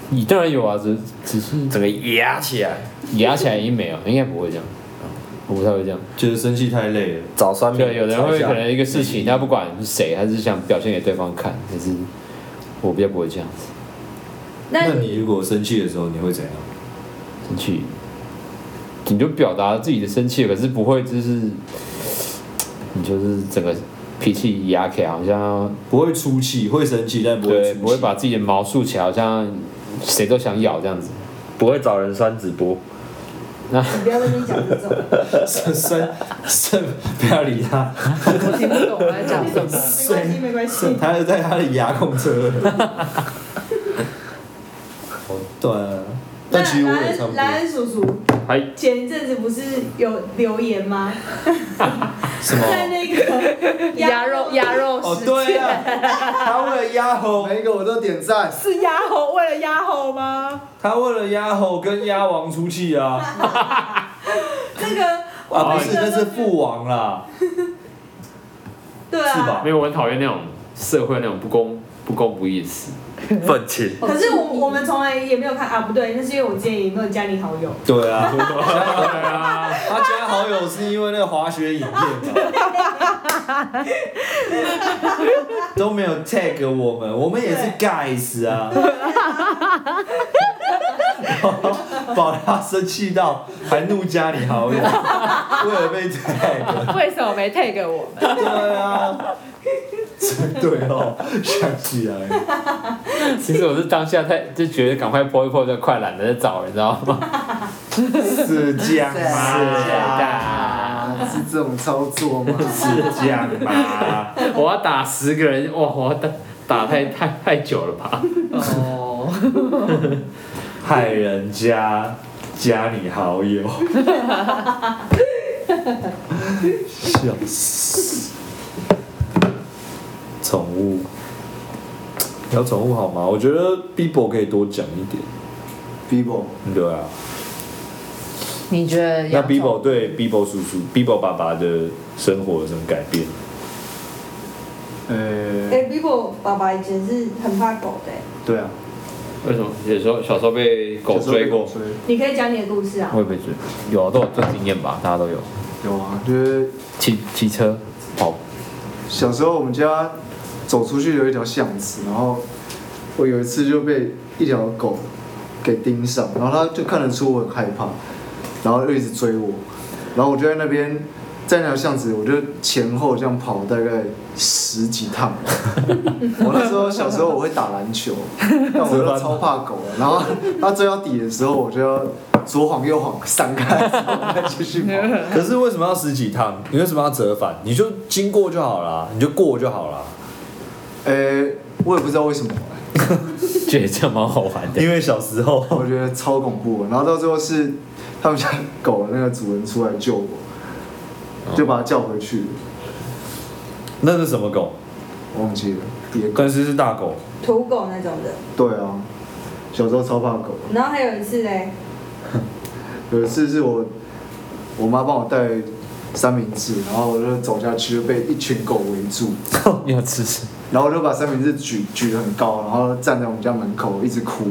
你当然有啊，只只是整个压起来，压起来已经没有，应该不会这样，啊我不太会这样。觉得生气太累了，找酸民对，有的人会可能一个事情，他不管是谁，他是想表现给对方看，可是我比较不会这样子，那那你如果生气的时候，你会怎样？生气，你就表达自己的生气，可是不会就是，你就是整个脾气压起来，好像不会出气，会生气，但不会对，出气。不 会把自己的毛竖起来，好像谁都想咬这样子。不会找人酸直 播，你不要跟你讲这种，生生生，不要理他，我听不懂我在 讲什么。没关系，没关系生。他就在他的牙控车。 哦对啊，但其实我那莱也差不恩莱多。恩叔叔嗨，前一阵子不是有留言吗？什么？在那 个鸭肉鸭肉哦，事对件、啊，他为了鸭吼，每一个我都点赞。是鸭吼，为了鸭吼吗？他为了鸭吼跟鸭王出气啊！这个我啊，不每是，个那都是父王啦，对是啊。吧？没有，我很讨厌那种社会那种不公不公不义的事。愤青。 可是我我们从来也没有看啊，不对，那是因为我之前也没有加你好友。对啊，对啊，他加好友是因为那个滑雪影片嘛，都没有 tag 我们，我们也是 guys 啊。宝拉生气到还怒加你好友，为了被 tag，为什么没 take 我们？对啊，对哦，想起来了。其实我是当下太就觉得赶快泼一泼，就快懒得再找了，你知道吗？是这样啊，是这种操 作吗？是这样吧？ 我要打十个人，哇，我要打打太太太久了吧？哦，害人家加你好友，笑死！宠物，聊宠物好吗？我觉得 Bibo 可以多讲一点。 Bibo，对啊， 你觉得那养宠 Bibo 对 Bibo 叔叔、Bibo 爸爸的生活有什么改变？呃，哎，Bibo 爸爸以前是很怕狗的欸，对啊，为什么？有时候小时候被狗追过，追你可以讲你的故事啊。我也被追，有啊，都有这经验吧，大家都有。有啊，就是骑骑车跑，小时候我们家走出去有一条巷子，然后我有一次就被一条狗给盯上，然后它就看得出我很害怕，然后就一直追我，然后我就在那边在那条巷子，我就前后这样跑大概十几趟。我那时候小时候我会打篮球，但我都超怕狗的，然后它追到底的时候，我就要左晃右晃闪开，然后再继续跑。可是为什么要十几趟？你为什么要折返？你就经过就好啦，你就过就好啦。呃、我也不知道为什么、这也这样蛮好玩的。因为小时候，我觉得超恐怖的。然后到最后是他们家狗的那个主人出来救我，哦就把它叫回去， 那是什么狗？我忘记了。也但是是大狗。土狗那种的。对啊，小时候超怕狗的。然后还有一次嘞，有一次是我我妈帮我带三明治，然后我就走下去就被一群狗围住， 你要吃屎？然后我就把三明治举举得很高，然后站在我们家门口一直哭，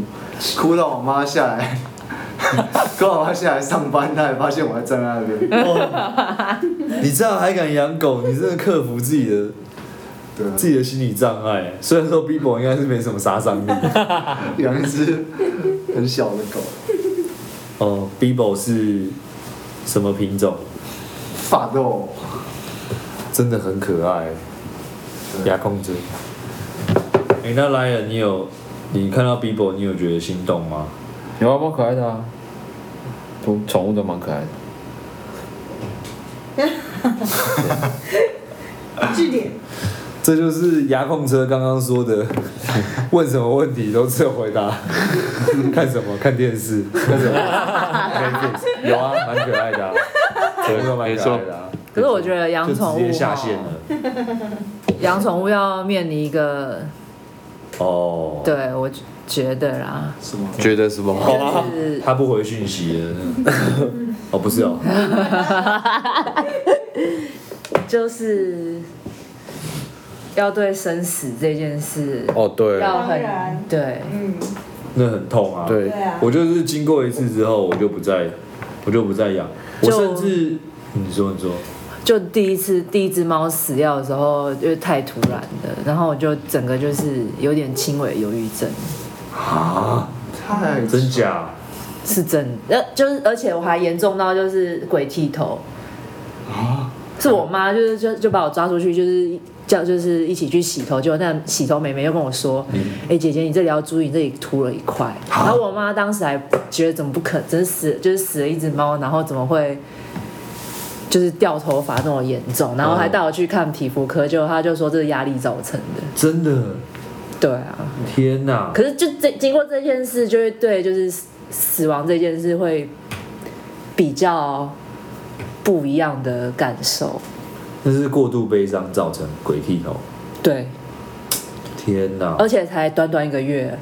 哭到我妈下来。 跟我妈下来上班，她也发现我还站在那边。你这样还敢养狗？你真的克服自己的对啊，自己的心理障碍。虽然说 Bibo 应该是没什么杀 伤力。养一只很小的狗，哦，Bibo 是什么品种？法斗。真的很可爱，牙控制。哎、那 Lion，你有你看到 Bibo，你有觉得心动吗？有啊，蛮可爱的啊，都宠物都蛮可爱的。啊据点这就是牙控车刚刚说的， 问什么问题都只有回答， 看什么看电视，看什么看电视，有啊，蛮可爱的、啊，真的蛮可爱的、啊。可是我觉得养就宠直接物哈下线了。养宠物要面临一个，哦，对我觉得啦，什么？觉得什么？啊就是他不回讯 息了。哦，不是哦， 就是要对生死这件事哦，对要当很然对，嗯，那很痛啊。对对，啊，我就是经过一次之后，我就不再，我就不再养。我就甚至，嗯你说你说，就第一次第一只猫死掉的时候，因为太突然了，然后我就整个就是有点轻微忧郁症，太真假？是真的，呃，就是而且我还严重到就是鬼剃头，是我妈就是就就把我抓出去，就是叫就是一起去洗头，结果那洗头妹妹又跟我说，哎、姐姐你这里要注意，你这里秃了一块，然后我妈当时还觉得怎么不可，真死就是死了一只猫，然后怎么会？就是掉头发那么严重，然后还带我去看皮肤科，结果他就说这是压力造成的。真的？对啊，天哪！可是就这经过这件事，就会对就是死死亡这件事会比较不一样的感受。那是过度悲伤造成鬼剃头。对，天哪！而且才短短一个月，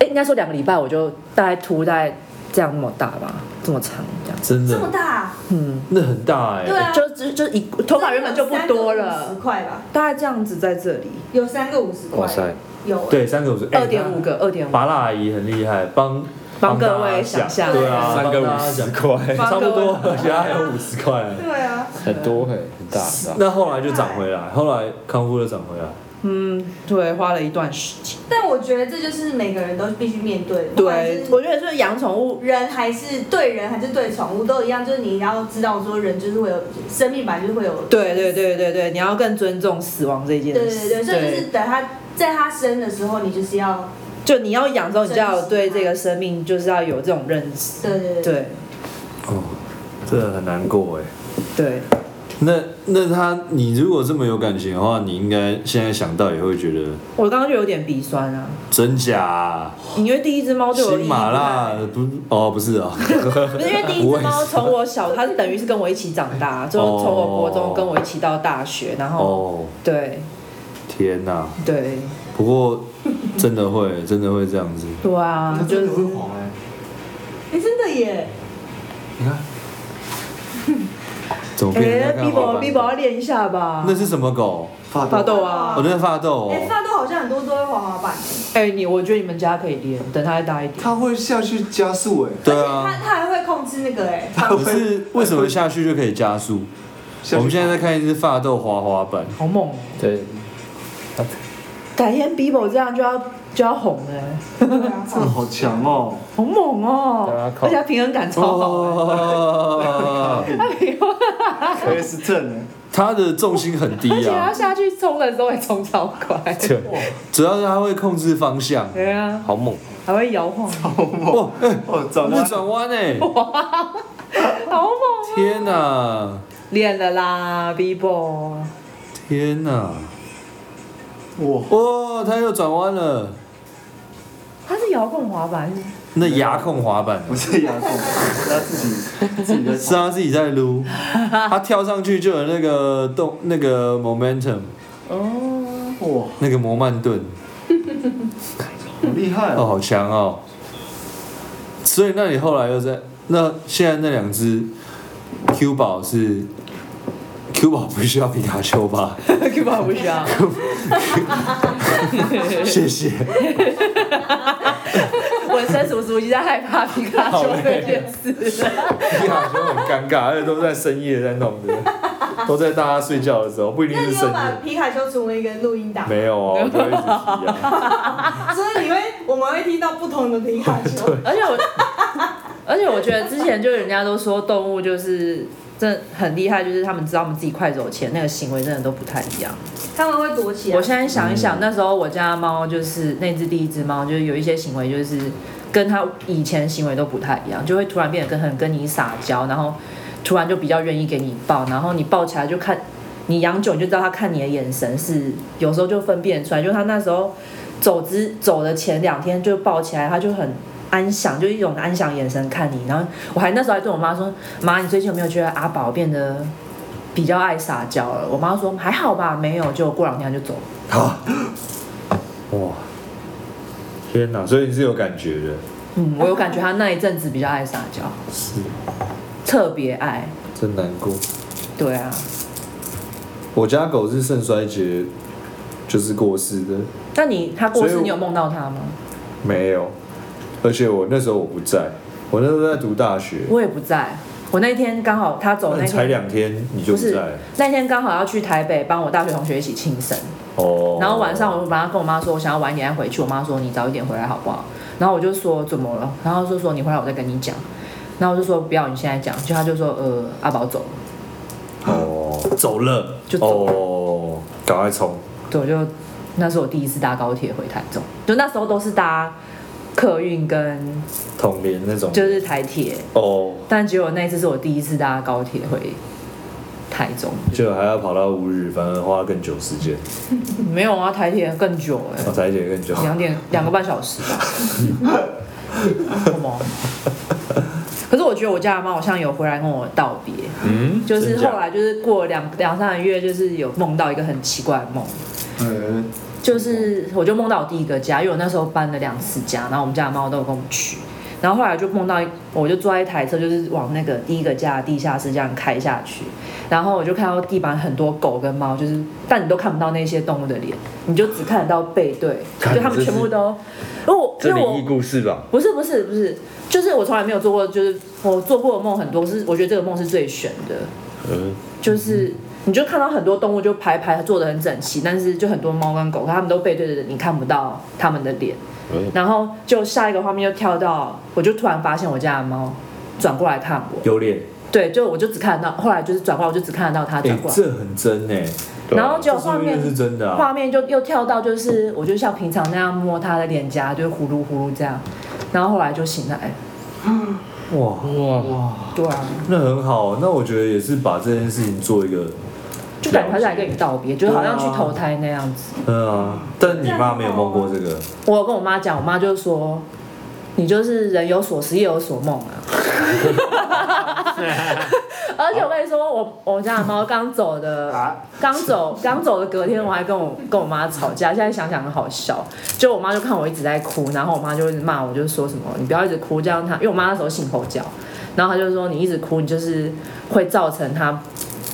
哎、应该说两个礼拜，我就大概秃大概这样那么大吧，这么长这样。真这么的，大，嗯，那很大哎、对啊，就就就一头发原本就不多十了，块吧，大概这样子在这里，有三个五十块，哇塞，有对，三个五十，哎二点五。个，二点那五。麻辣阿姨很厉害，帮帮各位大家想象对啊，三个帮大家五十想块， 差不多，帮各位而且还有五十 块。对啊，很多哎很很大很大。那后来就长回来，后来康复就长回来。嗯，对，花了一段时间。但我觉得这就是每个人都必须面对的，不管对是，我觉得就是养宠物人还是对人还是对宠物都一样，就是你要知道说人就是会有生命，本来就是会有对对对对对，你要更尊重死亡这件对对事。对，所以就是等他在他生的时候，你就是要就你要养之后，你就要有珍惜对它这个生命就是要有这种认识。对对对，对欸哦，这很难过哎。对，那那他，你如果这么有感情的话，你应该现在想到也会觉得我刚刚就有点鼻酸啊，真假啊、因为第一只哦猫对我的意新义麻不大辣不哦，不是 啊，不是因为第一只猫从我小，它等于是跟我一起长大，就从我国中跟我一起到大学，然后、哦，对天哪、对不过真的会，真的会 这样子。对啊，就真是的会黄欸哎、哎、真的耶！你看，怎么变哎成在看 b 滑 b 板 b 要练一下吧那，是什么狗？哦发发抖。豆啊我，那是发豆哎、哦。发豆好像很多都会滑滑板耶，哎、你我觉得你们家可以练，等它再大一点。他会下去加速哎、对他啊，他还会控制那个哎，他可会是为什么下去就可以加 速？下去我们现在在看一只发豆滑滑板，好猛、哦！对，改天 Bibo 这样就要就要红了、欸真的好强哦、好猛对啊哦、靠而且它平衡感超好、欸。哦， S ten 欸哎、 它的重心很低而且它啊，下去冲的时候也冲超快， 对，主要是它会控制方向。对啊，好猛，还会摇晃，哇，哎，哦转那弯转 弯哎，好猛！哦天哪，练了啦，Bibo。天哪，哇，哇，它又转弯了，它是遥控滑板， 那牙控滑板不是牙痛，是他自己自己在是他自己在撸，他跳上去就有那个动那个 momentum，哇，那个摩曼顿，好厉害哦，哦、好强哦。所以那你后来又在那现在那两只 Q 宝是 Q 宝不需要皮卡丘 吧？根本不需 要。谢谢。 我身叔叔一直在害怕皮卡丘这件事。皮卡丘很尴尬，而且都是在深夜在弄的，都在大家睡觉的时候，不一定那是你有深把夜。皮卡丘成为一个录音档，没有哦，我都会一直提 啊。所以你会我们会听到不同的皮卡丘。而且我， 而且我觉得之前就人家都说动物就是真的很厉害，就是他们知道他们自己快走前那个行为真的都不太一样。他们会躲啊起来我。现在想一想，那时候我家的猫就是那只第一只猫，就是有一些行为就是跟它以前行为都不太一样，就会突然变得跟很跟你撒娇，然后突然就比较愿意给你抱，然后你抱起来就看你养久你就知道它看你的眼神是有时候就分辨出来，就它那时候走之走的前两天就抱起来，它就很。安详，就一种安详眼神看你，然后我还那时候还对我妈说：“妈，你最近有没有觉得阿宝变得比较爱撒娇了？”我妈说：“还好吧，没有。”结果过两天它就走了。哇，天哪！所以你是有感觉的，嗯，我有感觉他那一阵子比较爱撒娇，是特别爱。真难过。对啊，我家狗是肾衰竭，就是过世的，那你他过所以世，我你有梦到他吗？没有。而且我那时候我不在，我那时候在读大学，我也不在，我那天刚好他走那那你才天。两天你就不不是在那天刚好要去台北帮我大学同学一起庆生，哦。然后晚上我就马上跟我妈说，我想要晚一点再回去。我妈说你早一点回来好不好？然后我就说怎么了？然后就说你回来我再跟你讲。然后我就说不要，你现在讲。就他就说呃阿宝走了，哦走了就走了哦，赶快冲！对，我就那是我第一次搭高铁回台中，就那时候都是搭客运跟统联那种就是台铁，哦，但结果那一次是我第一次搭高铁回台中，就还要跑到五日，反而花更久时间，没有啊，台铁更久哎、 我才姐更久。两点两个半小时 吧。什么？可是我觉得我家的猫好像有回来跟我道别，嗯，就是真假后来就是过两两三个月，就是有梦到一个很奇怪的梦，哎呃，就是我就梦到我第一个家，因为我那时候搬了两次家，然后我们家的猫都有跟我们去。然后后来就梦到一，我就坐在一台车，就是往那个第一个家的地下室这样开下去，然后我就看到地板很多狗跟猫，就是但你都看不到那些动物的脸，你就只看得到背对，看就它们这是全部都，因为我这因为灵我异故事吧？不是不是不是，就是我从来没有做过，就是我做过的梦很多，是我觉得这个梦是最悬的，嗯，就是你就看到很多动物就排排做的很整齐，但是就很多猫跟狗，它们都背对着你，看不到它们的脸。嗯然后就下一个画面又跳到，我就突然发现我家的猫转过来看我，有脸，对，就我就只看得到，后来就是转过来，我就只看得到它哎转，过来，这很真哎，对啊然后结这果说画明面这是真的啊。画面就又跳到，就是我就像平常那样摸它的脸颊，就是呼噜呼噜这样，然后后来就醒来了。哇，哇，对啊，那很好，那我觉得也是把这件事情做一个，就感觉他是来跟你道别，就是好像去投胎那样子。嗯啊，但你妈没有梦过这个，我有跟我妈讲，我妈就说。你就是人有所思，夜有所梦啊！ 而且我跟你说，我我家的猫刚走的，刚走刚走的隔天，我还跟我跟我妈吵架。现在想想很好笑，就我妈就看我一直在哭，然后我妈就一直骂我，就说什么你不要一直哭，这样她，因为我妈那时候信佛教，然后她就说你一直哭，你就是会造成她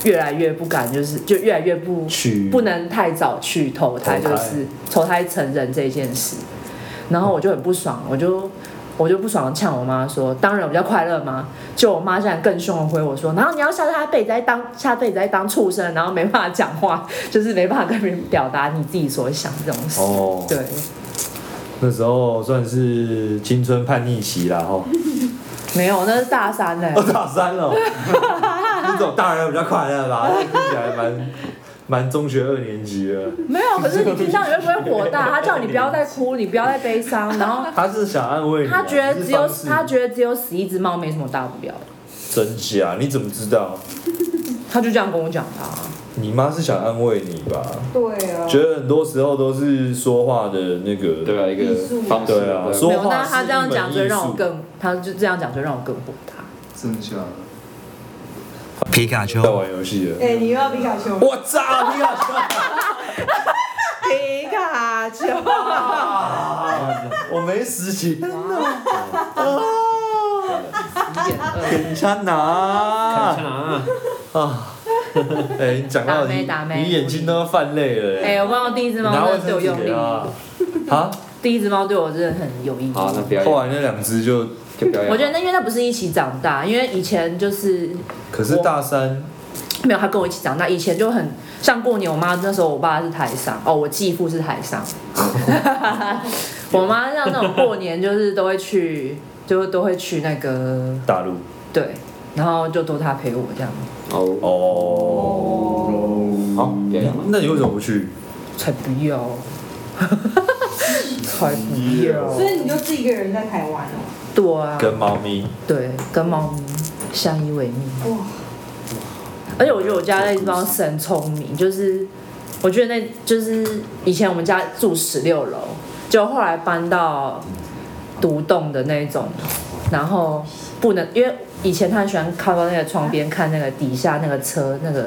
越来越不敢，就是就越来越不去不能太早去投胎，投就胎是投胎成人这件事。然后我就很不爽，我就我就不爽地呛我妈说：“当然比较快乐吗？”就我妈竟然更凶的回我说：“然后你要下下辈子再当下辈子再当畜生，然后没办法讲话， 就是没办法跟别人表达你自己所想这种事。哦对，那时候算是青春叛逆期啦， 吼，没有，那是大三欸 呢、我大 三了，这种大人比较快乐吧，听起来蛮蛮中学二年级的。没有。可是你听到你会不会火大？他叫你不要再哭，你不要再悲伤，然后他是想安慰你啊、他觉得只有只 是他方式觉得只有死一只猫没什么大不了的，真假？你怎么知道？他就这样跟我讲的啊。你妈是想安慰你吧？对啊，觉得很多时候都是说话的那个，对啊，一个方式，对啊，没说有，话那是他这样一门讲就艺让我术更，他就这样讲就让我更火大。真的假的？皮卡丘在玩游戏了。哎，你又要皮卡丘？我操！皮卡丘，皮卡丘，我没死心啊！给人家拿啊，啊！哎，你讲到打妹你打，妹你眼睛都要泛泪了。哎、我刚刚第一只你猫拿真卫的对我生纸用给力，他。啊！第一只猫对我真的很有意义。好，那不要后演，来那两只就，就不要演。我觉得那因为那不是一起长大，因为以前就是可是大三没有他跟我一起长大，以前就很像过年，我妈那时候我爸是台商，哦，我继父是台商， 我妈像那种过年就是都会去，就都会去那个大陆对，然后就都他陪我这样，哦哦，哦，好，不要演了。那你为什么不去？才不要， 才不要，所以你就自己一个人在台湾哦。对啊，跟猫咪对，跟猫咪相依为命。哇，而且我觉得我家那只猫是很聪明，就是我觉得那就是以前我们家住十六楼，就后来搬到独栋的那种，然后不能因为以前它很喜欢靠到那个窗边看那个底下那个车那个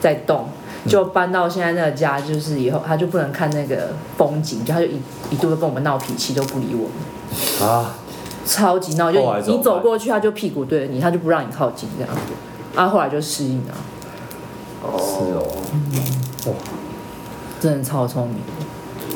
在动。就搬到现在那个家，就是以后它就不能看那个风景，就它就一一度都跟我们闹脾气，都不理我们，啊，超级闹。就后来怎你么你走办过去，它就屁股对着你，它就不让你靠近这样。啊，后来就适应了。是哦。真的超聪明的。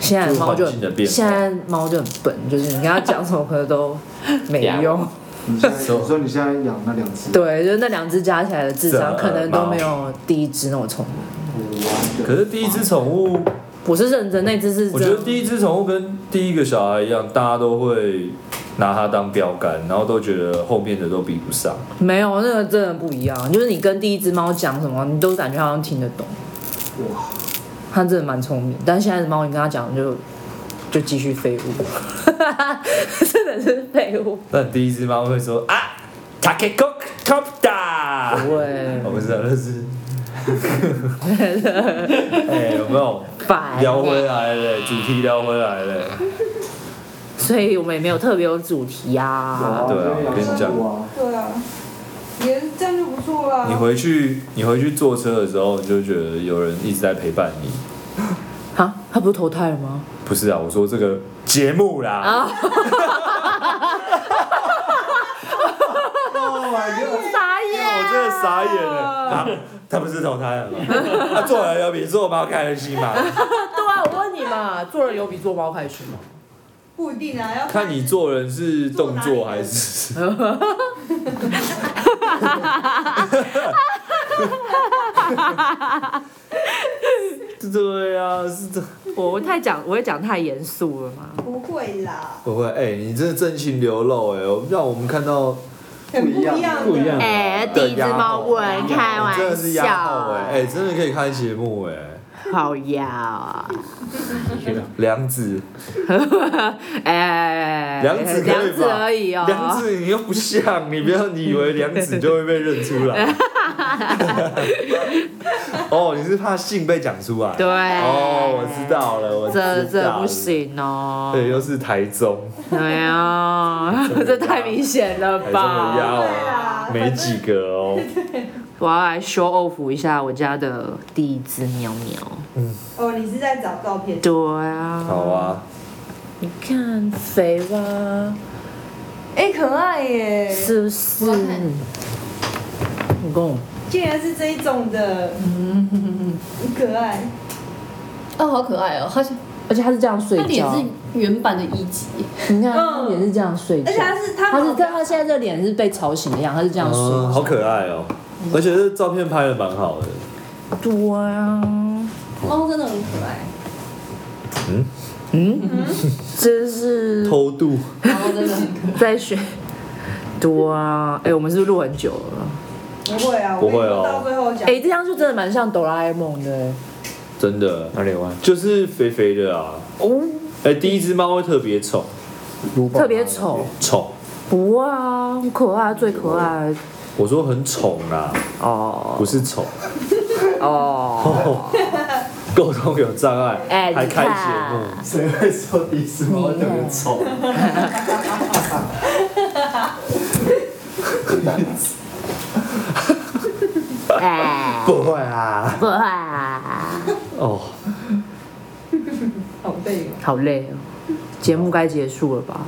现在的猫就就是环境的变很，化现在猫就很笨，就是你跟它讲什么可能都 没用。你现在你说你现在养那两只，对，就是那两只加起来的智商这可能都没有第一只那么聪明。可是第一只宠物，我是认真，那只是我觉真得的第一只宠物跟第一个小孩一样，大家都会拿它当标杆，然后都觉得后面的都比不上。没有那个真的不一样，就是你跟第一只猫讲什么，你都感觉好像听得懂。它真的蛮聪明，但现在的猫你跟它讲就就继续废物， 真的是废物。但第一只猫会说啊 t a k e k o k o p t a 对， 我不知道那是。哎，有没有 烦欸聊回来了？主题聊回来了。所以我们也没有特别有主题啊。对啊我跟你讲哇对啊，也这样就不错啊啦。你回去，你回去坐车的时候，你就觉得有人一直在陪伴你。啊，他不是投胎了吗？不是啊，我说这个节目啦。Oh my god！傻我真的傻眼了，啊、他不是投胎了吗？他做人有比做猫开心嘛？对啊，我问你 嘛，做人有比做猫开心吗？不一定啊，要看你做人是动作还是？对啊，是的。我太讲，我会讲太严肃了嘛。不会啦，不会，哎、你真的真情流露、哎，我让我们看到很不一样的，不一样哎、的第一只压猫后，不能开你真的玩是压笑后、哎、哎、真的可以开节目、哎，好呀，梁子，哎，梁子可以吧梁子而已哦，梁子你又不像，你不要你以为梁子就会被认出来。 哦，你是怕姓被讲出来？对哦，我知道了，我知道这了这不。行哦，对，又是台中，对呀，这太明显了台中哎的鸭吧？啊哦，没几个哦。我要来 show off 一下我家的第一只喵喵。哦，你是在找照片？对啊，好，啊，你看肥吧，哎、可爱耶！是不是？哎我要看你跟我竟然是这一种的，嗯很可爱。哦，好可爱哦，它是而且它是这样睡它脸觉，是原版的一级，你看它嗯脸是这样睡觉， 而且它 是它它是它现在这脸是被吵醒的样，它是这样睡嗯，觉，好可爱哦，而且这照片拍的蛮好的。对啊，哦猫真的很可爱，真是偷渡，猫真的很可爱。在学，对啊，哎，我们是不是录很久了？不会啊，不会我跟你哦说到最后讲，哎，这张就真的蛮像哆啦 A 梦的，真的哪里弯？就是肥肥的啊。哦，哎，第一只猫会特别丑，特别丑，丑，不会啊，很可爱，最可爱我说很丑啦，哦不是丑。哦， 沟通有障碍，哎，还你开节目看，谁会说迪斯猫特别哦丑？哎，不会啊，不会啊。哦，好累哦，好累哦，节目该结束了吧？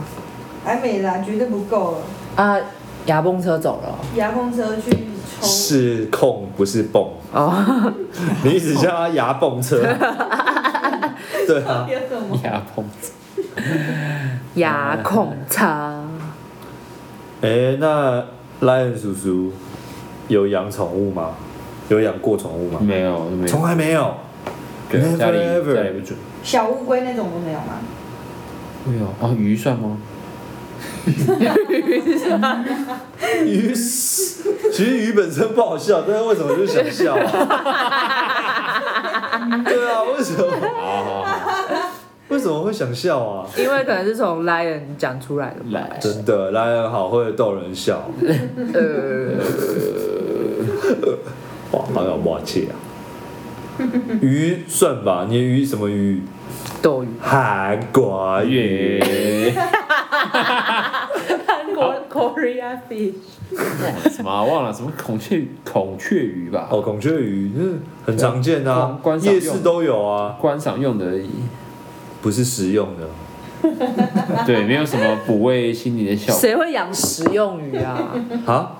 还没啦，绝对不够了。啊，牙崩车走了哦牙缝车去抽，是控不是蹦，哦， 你一直叫它牙 蹦车，对啊，有什么？牙碰牙控 车，哎、那 Lion 叔叔有养宠物吗？有养过宠物吗？没有，没从有，来没有，对 Never 家里 ever 家里不准。 小乌龟那种都没有吗？没有哦，鱼算吗？鱼， 其实鱼本身不好笑，但是为什么就想笑、啊？对啊，为什么？好好好，为什么会想笑啊？因为可能是从 lion 讲出来的吧。来，真的，Lion 好会逗人笑。呃，哇，好有默契啊！鱼算吧，你的鱼什么鱼？斗鱼，韩国鱼。耶，韩国 Korea fish，什么啊忘了什么孔雀孔雀鱼吧？哦，孔雀鱼嗯，很常见啊观观，赏用夜市都有啊，观赏用的而已，不是食用的。对，没有什么补慰心灵的效果。谁会养食用鱼啊？啊？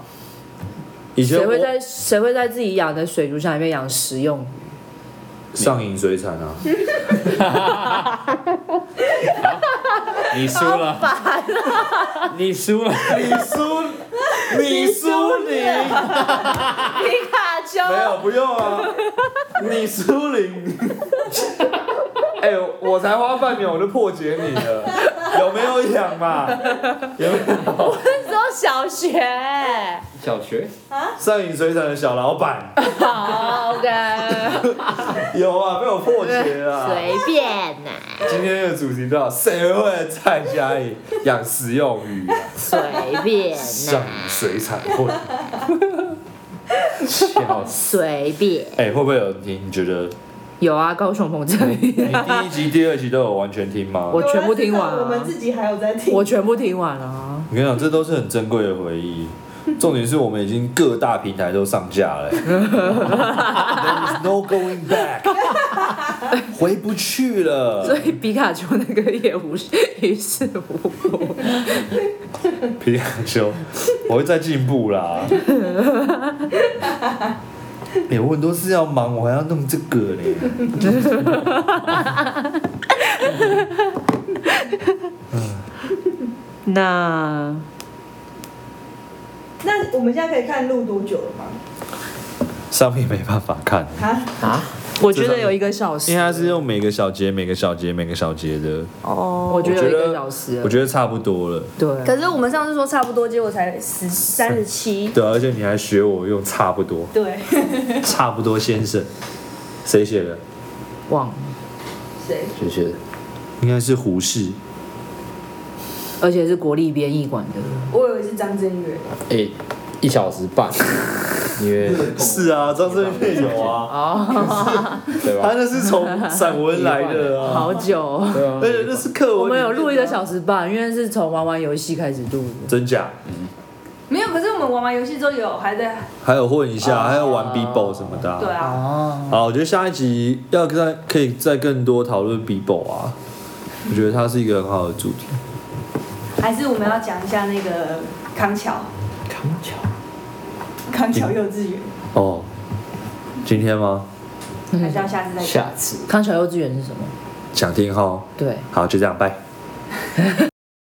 以前谁会我在谁会在自己养的水族箱里面养食用鱼？上瘾水产啊，你输了，你输了，你输，你输你，皮卡丘，没有不用啊，你输零。 哎、我才花半秒我就破解你了，有没有养嘛？有没有？那时候小学。小学上瘾水产的小老板好的，有啊，被我破解了啊、随便呐，今天的主题到谁会在家里养食用鱼、啊？随便上呐，瘾水产会。小随便。 哎、会不会有人听？你觉得有啊，高雄彭振宇，你第一集、第二集都有完全听吗？我全部听完啊我们自己还有在听。我全部听完了啊。我跟你讲，这都是很珍贵的回忆。重点是我们已经各大平台都上架了、There is no going back，回不去所了。以皮卡丘那个也无于事无补。皮卡丘，我会再进步啦。哎、我很多事要忙，我还要弄这个嘞。那那我们现在可以看录多久了吗？上面没办法看，啊，我觉得有一个小时因为，它是用每个小节、每个小节、每个小节的。哦，我觉得有一个小时了，我觉得差不多了。对啊。可是我们上次说差不多，结果才十三十七。对啊，而且你还学我用差不多，对，差不多先生，谁写的？忘了，谁？谢谢。应该是胡适。而且是国立编译馆的。我以为是张震岳。诶、一小时半，因为是啊，张震岳有啊，哦，对他吧？那是从散文来的啊，好久、哦。对啊而，且那是课文。我们有录一个，小时半，因为是从玩玩游戏开始录的。真假？没有，可是我们玩完游戏之后有还在还有混一下，还有玩 Bibo 什么的、对。啊，哦，好，我觉得下一集要再可以再更多讨论 Bibo 啊，我觉得它是一个很好的主题。还是我们要讲一下那个康桥，嗯康桥。康桥幼稚园，哦，今天吗？还是要下次再讲。下次。康桥幼稚园是什么？蒋天浩。对。好，就这样，拜。